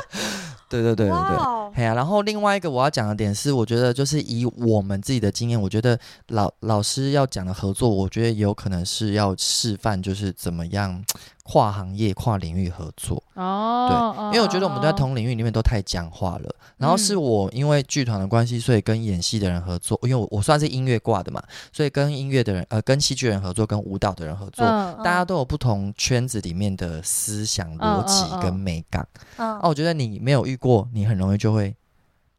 Speaker 3: 对对对对对
Speaker 1: 哇。哦，
Speaker 3: 哎呀、然后另外一个我要讲的点是，我觉得就是以我们自己的经验，我觉得老老师要讲的合作，我觉得有可能是要示范，就是怎么样跨行业、跨领域合作。
Speaker 2: 哦，
Speaker 3: 因为我觉得我们在
Speaker 2: 在
Speaker 3: 同领域里面都太僵化了。然后是
Speaker 2: 嗯
Speaker 3: 我因为剧团的关系，所以跟演戏的人合作，因为我我算是音乐挂的嘛，所以跟音乐的人，呃，跟戏剧人合作，跟舞蹈的人合作。
Speaker 2: 嗯
Speaker 3: 大家都有不同圈子里面的思想、
Speaker 2: 嗯
Speaker 3: 逻
Speaker 2: 嗯
Speaker 3: 辑跟
Speaker 2: 嗯
Speaker 3: 美感。哦、
Speaker 1: 嗯，
Speaker 3: 我觉得你没有遇过，你很容易就会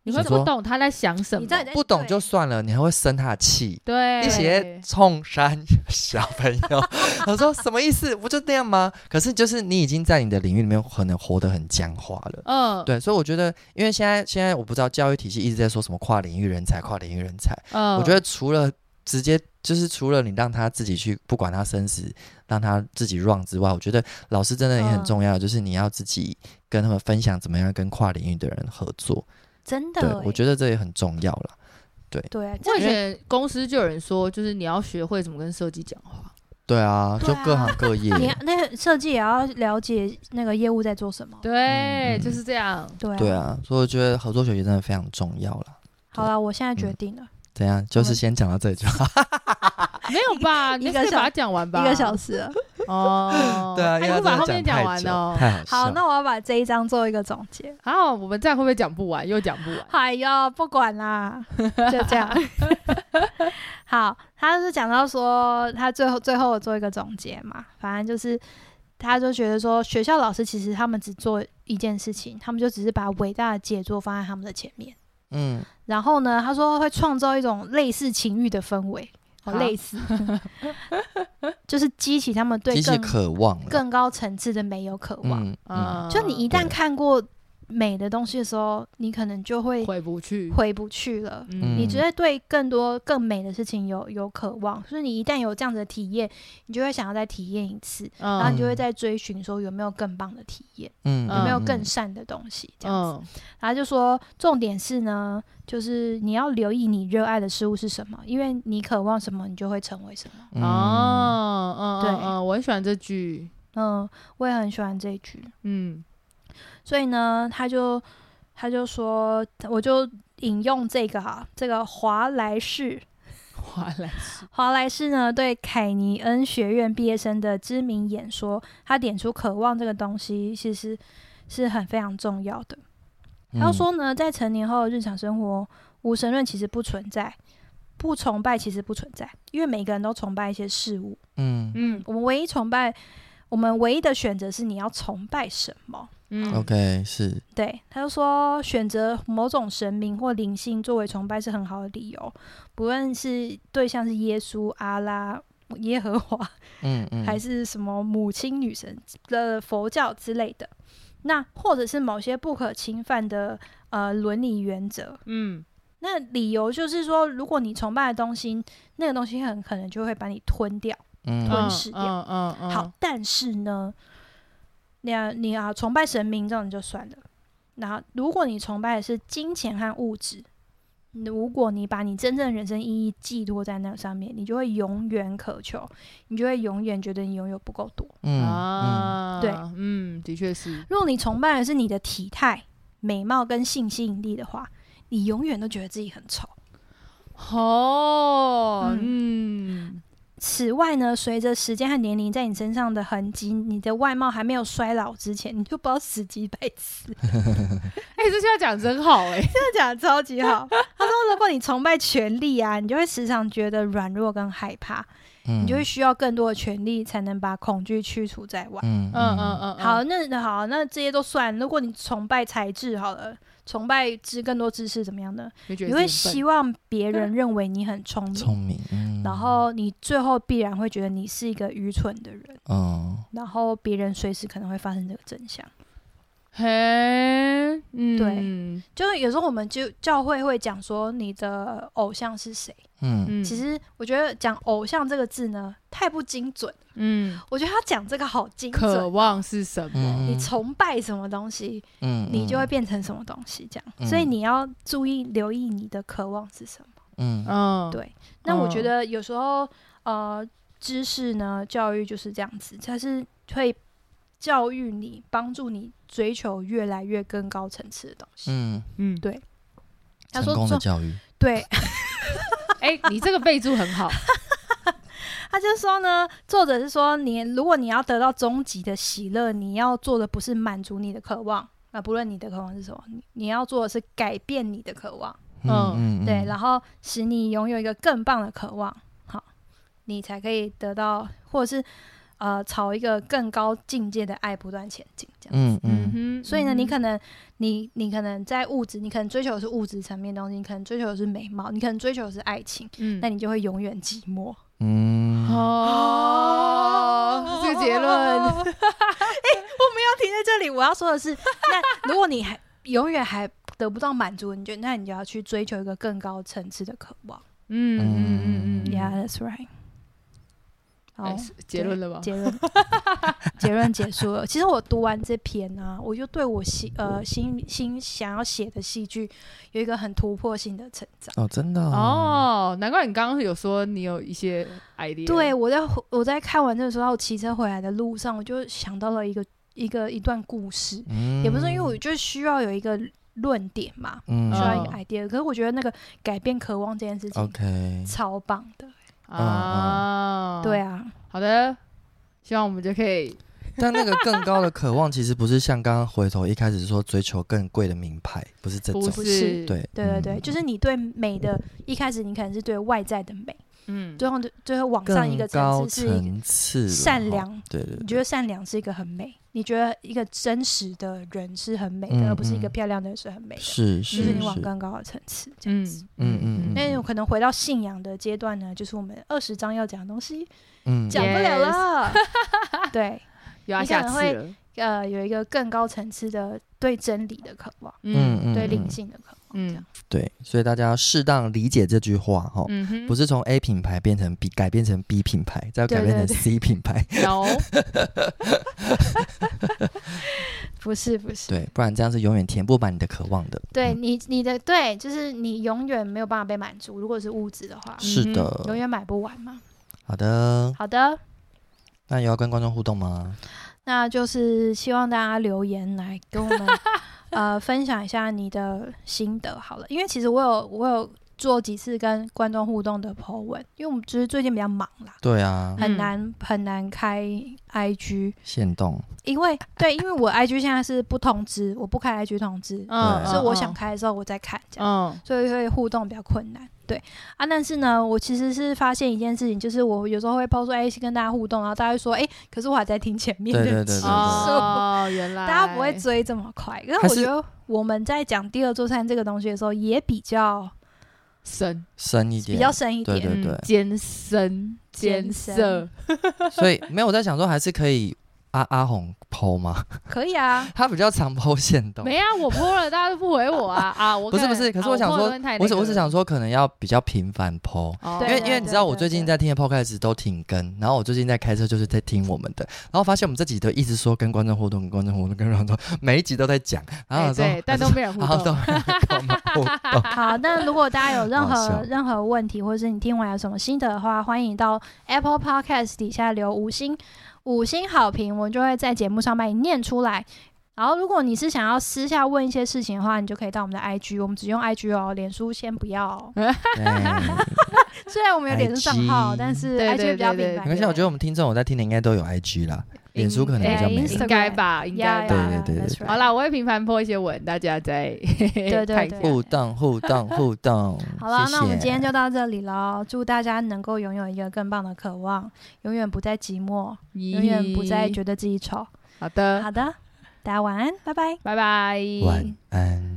Speaker 2: 你会
Speaker 3: 想说
Speaker 2: 不懂他在想什么
Speaker 1: 你，在
Speaker 3: 哦不懂就算了，你还会生他的气。
Speaker 2: 对，
Speaker 3: 一些冲山小朋友，我说什么意思？不就那样吗？可是就是你已经在你的领域里面可能活得很僵化了。
Speaker 2: 嗯，
Speaker 3: 对，所以我觉得，因为现在现在我不知道教育体系一直在说什么跨领域人才、跨领域人才，
Speaker 2: 嗯，
Speaker 3: 我觉得除了直接就是除了你让他自己去，不管他生死，让他自己 run 之外，我觉得老师真的也很
Speaker 1: 嗯
Speaker 3: 重要，就是你要自己跟他们分享怎么样跟跨领域的人合作。
Speaker 1: 真
Speaker 3: 对
Speaker 1: 的耶，，欸
Speaker 3: 我觉得这也很重要了。
Speaker 1: 对啊，
Speaker 2: 我以
Speaker 1: 这个
Speaker 2: 前公司就有人说，就是你要学会怎么跟设计讲话。
Speaker 3: 对啊，就
Speaker 1: 对啊
Speaker 3: 各行各业。
Speaker 1: 你那个设计也要了解那个业务在做什么。
Speaker 2: 对，
Speaker 3: 嗯
Speaker 2: 就是这样。
Speaker 1: 对
Speaker 3: 对，啊，所以我觉得合作学习真的非常重要啦。
Speaker 1: 好了，我现在
Speaker 3: 嗯
Speaker 1: 决定了，
Speaker 3: 怎样？就是先讲到这里就好。。
Speaker 2: 没有吧？
Speaker 1: 一
Speaker 2: 你
Speaker 1: 个
Speaker 2: 可以
Speaker 1: 小
Speaker 2: 把它讲完吧。
Speaker 1: 一个小
Speaker 2: 时
Speaker 1: 时了。
Speaker 2: 哦
Speaker 3: 对啊，因
Speaker 2: 哎
Speaker 3: 为
Speaker 2: 你
Speaker 3: 他
Speaker 2: 会把
Speaker 3: 真
Speaker 2: 后
Speaker 3: 的
Speaker 2: 面
Speaker 3: 讲
Speaker 2: 讲
Speaker 3: 太
Speaker 2: 完
Speaker 3: 久
Speaker 2: 哦。
Speaker 3: 太好笑
Speaker 1: 好，
Speaker 3: 了。
Speaker 1: 那我要把这一章做一个总结。
Speaker 2: 好，我们这样会不会讲不完？又讲不完。
Speaker 1: 哎呦，不管啦，就 这样。好，他是讲到说，他最后最后我做一个总结嘛，反正就是，他就觉得说，学校老师其实他们只做一件事情，他们就只是把伟大的杰作放在他们的前面。
Speaker 3: 嗯，
Speaker 1: 然后呢，他说会创造一种类似情欲的氛围，好
Speaker 2: 好
Speaker 1: 类似， 就是激起他们对
Speaker 3: 极其
Speaker 1: 更
Speaker 3: 渴望了。
Speaker 1: 更高层次的美有渴望。
Speaker 3: 嗯嗯，
Speaker 1: 就你一
Speaker 3: 对
Speaker 1: 旦看过美的东西的时候，你可能就会
Speaker 2: 回不去，
Speaker 1: 回不去了。
Speaker 2: 嗯
Speaker 1: 你觉得对更多更美的事情有有渴望，所以你一旦有这样子的体验，你就会想要再体验一次，然后
Speaker 2: 嗯
Speaker 1: 你就会再追寻说有没有更棒的体验，
Speaker 3: 嗯
Speaker 1: 有没有
Speaker 3: 嗯
Speaker 1: 更
Speaker 3: 嗯
Speaker 1: 善的东西这样子。
Speaker 2: 嗯
Speaker 1: 然后就说重点是呢，就是你要留意你热爱的事物是什么，因为你渴望什么，你就会成为什么。
Speaker 3: 嗯
Speaker 2: 哦嗯
Speaker 1: 对
Speaker 2: 嗯嗯，我很喜欢这句。
Speaker 1: 嗯，我也很喜欢这一句。
Speaker 2: 嗯
Speaker 1: 所以呢，他就他就说，我就引用这个哈，这个华莱士
Speaker 2: 华莱士，
Speaker 1: 华莱士呢对凯尼恩学院毕业生的知名演说，他点出渴望这个东西其实是很非常重要的。
Speaker 3: 嗯
Speaker 1: 他就说呢，在成年后的日常生活，无神论其实不存在，不崇拜其实不存在，因为每个人都崇拜一些事物。
Speaker 3: 嗯嗯
Speaker 2: 嗯
Speaker 1: 我们唯一崇拜，我们唯一的选择是你要崇拜什么。
Speaker 2: 嗯
Speaker 3: ，OK 是
Speaker 1: 对，他就说选择某种神明或灵性作为崇拜是很好的理由，不论是对象是耶稣、阿拉、耶和华，
Speaker 3: 嗯嗯
Speaker 1: 还是什么母亲女神的佛教之类的，那或者是某些不可侵犯的呃伦理原则。
Speaker 2: 嗯
Speaker 1: 那理由就是说，如果你崇拜的东西，那个东西很可能就会把你吞掉。
Speaker 3: 嗯
Speaker 1: 吞噬掉
Speaker 2: 嗯嗯嗯，
Speaker 1: 好，但是呢，你啊你啊崇拜神明这种就算了，然后如果你崇拜的是金钱和物质，如果你把你真正的人生意义寄托在那上面，你就会永远渴求，你就会永远觉得你拥有不够多。
Speaker 3: 嗯嗯
Speaker 2: 啊，
Speaker 1: 对，
Speaker 2: 嗯，的确是，
Speaker 1: 如果你崇拜的是你的体态、美貌跟性吸引力的话，你永远都觉得自己很丑。
Speaker 2: 哦，嗯，
Speaker 1: 此外呢，随着时间和年龄在你身上的痕迹，你的外貌还没有衰老之前，你就不知道死几百 次。
Speaker 2: 哎，这句话讲真好，哎，
Speaker 1: 这讲得超级好。他说，如果你崇拜权力啊，你就会时常觉得软弱跟害怕，
Speaker 3: 嗯
Speaker 1: 你就会需要更多的权利才能把恐惧驱除在外。
Speaker 3: 嗯
Speaker 2: 嗯嗯嗯，
Speaker 1: 好，那好，那这些都算。如果你崇拜才智，好了，崇拜知更多知识怎么样呢？
Speaker 2: 你
Speaker 1: 你会希望别人认为你很聪明，
Speaker 3: 聪明，嗯，
Speaker 1: 然后你最后必然会觉得你是一个愚蠢的人，
Speaker 3: 嗯
Speaker 1: 然后别人随时可能会发生这个真相。
Speaker 2: 嘿，嗯，
Speaker 1: 对
Speaker 2: 嗯，
Speaker 1: 就是有时候我们就教会会讲说你的偶像是谁，
Speaker 3: 嗯
Speaker 1: 其实我觉得讲偶像这个字呢太不精准，
Speaker 2: 嗯，
Speaker 1: 我觉得他讲这个好精
Speaker 2: 渴
Speaker 1: 准。
Speaker 2: 望是什么？
Speaker 3: 嗯
Speaker 1: 你崇拜什么东西，
Speaker 3: 嗯，
Speaker 1: 你就会变成什么东西，这样。
Speaker 3: 嗯
Speaker 1: 所以你要注意留意你的渴望是什么。
Speaker 3: 嗯嗯
Speaker 2: 嗯，
Speaker 1: 对那我觉
Speaker 2: 嗯
Speaker 1: 得有时候，呃，知识呢，教育就是这样子，它是会教育你，帮助你追求越来越更高层次的东西。
Speaker 3: 嗯，
Speaker 2: 嗯，
Speaker 1: 对他
Speaker 3: 成
Speaker 1: 说
Speaker 3: 功的
Speaker 1: 做
Speaker 3: 教育，
Speaker 1: 对，
Speaker 2: 哎，你这个备注很好，
Speaker 1: 他就说呢，作者是说你，如果你要得到终极的喜乐，你要做的不是满足你的渴望。啊，不论你的渴望是什么，你你要做的是改变你的渴望，
Speaker 3: 嗯嗯，
Speaker 1: 对，
Speaker 3: 嗯
Speaker 1: 然后使你拥有一个更棒的渴望，好，你才可以得到，或者是呃，朝一个更高境界的爱不断前进，这样。
Speaker 3: 嗯
Speaker 2: 嗯
Speaker 3: 嗯
Speaker 2: 哼，
Speaker 1: 所以呢，
Speaker 2: 嗯哼
Speaker 1: 你可能，你你可能在物质，你可能追求的是物质层面的东西，你可能追求的是美貌，你可能追求的是爱情，
Speaker 2: 嗯
Speaker 1: 那你就会永远寂寞。
Speaker 3: 嗯，
Speaker 2: 哦，这个 结论，
Speaker 1: 哎、我们要停在这里。我要说的是， 那如果你还永远还得不到满足，你就那你就要去追求一个更高层次的渴望。
Speaker 2: 嗯嗯嗯嗯嗯
Speaker 1: Yeah, that's right. 好
Speaker 2: 哎，是结论了吧？
Speaker 1: 结论 结论结束了。其实我读完这篇啊，我就对我新呃新新想要写的戏剧有一个很突破性的成长。
Speaker 3: 哦，真的，
Speaker 2: 哦，难怪你刚刚有说你有一些 idea，
Speaker 1: 对，我在我在看完这个时候，我骑车回来的路上，我就想到了一个一个一段故事，
Speaker 3: 嗯，
Speaker 1: 也不是因为我就需要有一个论点嘛，
Speaker 3: 嗯哦
Speaker 1: 需要一个
Speaker 2: 嗯
Speaker 1: idea。可是我觉得那个改变渴望这件事情
Speaker 3: OK，
Speaker 1: 超棒的，
Speaker 3: 啊
Speaker 2: 啊，
Speaker 3: 嗯
Speaker 1: 对，啊，
Speaker 2: 好的，希望我们就可以，
Speaker 3: 但那个更高的渴望，其实不是像刚刚回头一开始说追求更贵的名牌，不是这
Speaker 2: 不
Speaker 3: 种，
Speaker 2: 是，
Speaker 3: 对，嗯
Speaker 1: 对对对，就是你对美的，一开始你可能是对外在的美，
Speaker 2: 嗯，
Speaker 1: 最后就最后往上一个
Speaker 3: 更
Speaker 1: 层
Speaker 3: 高
Speaker 1: 次是一个
Speaker 3: 层次了
Speaker 1: 善
Speaker 3: 哈，
Speaker 1: 良。
Speaker 3: 对对
Speaker 1: 你
Speaker 3: 对，
Speaker 1: 觉得善良是一个很美？你觉得一个真实的人是很美的，
Speaker 3: 嗯
Speaker 1: 而不是一个
Speaker 3: 嗯
Speaker 1: 漂亮的人是很美的，
Speaker 3: 是
Speaker 1: 就是是你往
Speaker 3: 是
Speaker 1: 更高的层次这样
Speaker 2: 嗯
Speaker 1: 子。
Speaker 3: 嗯嗯
Speaker 1: 那有可能回到信仰的阶段呢，就是我们二十章要讲的东西
Speaker 3: 嗯
Speaker 1: 讲不了
Speaker 2: Yes
Speaker 1: 了。对，
Speaker 2: 有要
Speaker 1: 你可
Speaker 2: 下
Speaker 1: 能
Speaker 2: 次
Speaker 1: 会
Speaker 2: 了，嗯
Speaker 1: 呃，有一个更高层次的对真理的渴望，
Speaker 3: 嗯嗯，
Speaker 1: 对灵
Speaker 3: 嗯
Speaker 1: 性的渴望。这
Speaker 2: 嗯
Speaker 1: 样
Speaker 3: 对，所以大家要适当理解这句话哈，
Speaker 2: 嗯哼，
Speaker 3: 不是从 A 品牌变成 B，改变成 B 品牌，再改变成 C 品牌，
Speaker 2: 有，嗯
Speaker 1: 不是不是，
Speaker 3: 对，不然这样是永远填不满你的渴望的。
Speaker 1: 对
Speaker 3: 嗯，
Speaker 1: 你你的对，就是你永远没有办法被满足。如果是物质的话，
Speaker 3: 是
Speaker 1: 嗯永
Speaker 3: 的。
Speaker 1: 远买不完嘛。
Speaker 3: 好的，
Speaker 1: 好的，
Speaker 3: 那有要跟观众互动吗？
Speaker 1: 那就是希望大家留言来跟我 们呃分享一下你的心得好了，因为其实我有我有做几次跟观众互动的 po 文，因为我们就是最近比较忙啦，
Speaker 3: 对啊，
Speaker 1: 很
Speaker 2: 嗯
Speaker 1: 难很难开 IG，
Speaker 3: 限动，
Speaker 1: 因为对，因为我 IG 现在是不通知，我不开 IG 通知，
Speaker 2: 嗯，
Speaker 1: 所以我想开的时候我再看这样。
Speaker 2: 嗯，
Speaker 1: 所以会互动比较困难。对啊，但是呢，我其实是发现一件事情，就是我有时候会抛出哎、去跟大家互动，然后大家会说哎、可是我还在听前面的集数，
Speaker 3: 对对对
Speaker 2: 嗯，
Speaker 3: 对
Speaker 2: 哦，原 来
Speaker 1: 大家不会追这么快。可是
Speaker 3: 还
Speaker 1: 我
Speaker 3: 是
Speaker 1: 觉得我们在讲第二座山这个东西的时候，也比较
Speaker 2: 深，
Speaker 3: 深一点，
Speaker 1: 比较深一
Speaker 3: 对
Speaker 1: 点。
Speaker 2: 嗯
Speaker 3: 对
Speaker 2: 艰深艰
Speaker 1: 艰
Speaker 2: 涩
Speaker 1: 深，
Speaker 3: 所以没有我在想说，还是可以阿阿红剖吗？
Speaker 1: 可以啊，
Speaker 3: 他比较常剖限动。
Speaker 2: 没啊，我泼了，大家都不回我啊啊！我
Speaker 3: 不是
Speaker 2: 看
Speaker 3: 不是，可是
Speaker 2: 啊
Speaker 3: 我想
Speaker 2: 泼
Speaker 3: 说
Speaker 2: 的太那，
Speaker 3: 我只
Speaker 2: 个
Speaker 3: 我只
Speaker 2: 了
Speaker 3: 想，说，可能要比较频繁剖。
Speaker 2: 哦
Speaker 3: 因
Speaker 1: 哎对
Speaker 3: 为
Speaker 1: 对
Speaker 3: 因为你知道，我最
Speaker 1: 对
Speaker 3: 近在听的 podcast 都停更，然后我最近在开车就是在听我们的，然后发现我们这集都一直说跟观众互动，跟观众互动，跟观众互动，每一集都在 讲，然
Speaker 2: 哎
Speaker 3: 后我啊说、
Speaker 2: 对，但都没人互
Speaker 3: 然后都
Speaker 2: 动，
Speaker 3: 没有跟我们互动
Speaker 1: 好，那如果大家有任
Speaker 3: 好笑
Speaker 1: 何任何问题，或者是你听完有什么心得的话，欢迎到 Apple Podcast 底下留五星五星好评，我们就会在节目上帮你念出来。然后，如果你是想要私下问一些事情的话，你就可以到我们的 IG，我们只用 IG 哦，脸书先不要、哦。
Speaker 3: 对，
Speaker 1: 虽然我们有脸书账号
Speaker 3: IG，
Speaker 1: 但是
Speaker 2: 对
Speaker 1: IG
Speaker 2: 对
Speaker 1: 比较
Speaker 2: 对对
Speaker 1: 频繁。
Speaker 3: 没关系，我觉得我们听众我在听的应该都有 IG 啦，脸书可能比较没人
Speaker 1: 应
Speaker 2: 应该吧，应该吧。
Speaker 3: 对对对
Speaker 2: 哎
Speaker 3: 对
Speaker 2: 好，啦，我会频繁 po 一些文，大家再
Speaker 1: 对对
Speaker 2: 看一下
Speaker 1: 对
Speaker 3: 互动互动互动。
Speaker 1: 好了，
Speaker 3: 谢
Speaker 1: 那我们
Speaker 3: 谢
Speaker 1: 今天就到这里喽。祝大家能够拥有一个更棒的渴望，永远不再寂寞，
Speaker 2: 咦
Speaker 1: 永远不再觉得自己丑。
Speaker 2: 好的，
Speaker 1: 好的，大家晚安，拜拜。
Speaker 2: 拜拜，
Speaker 3: 晚安。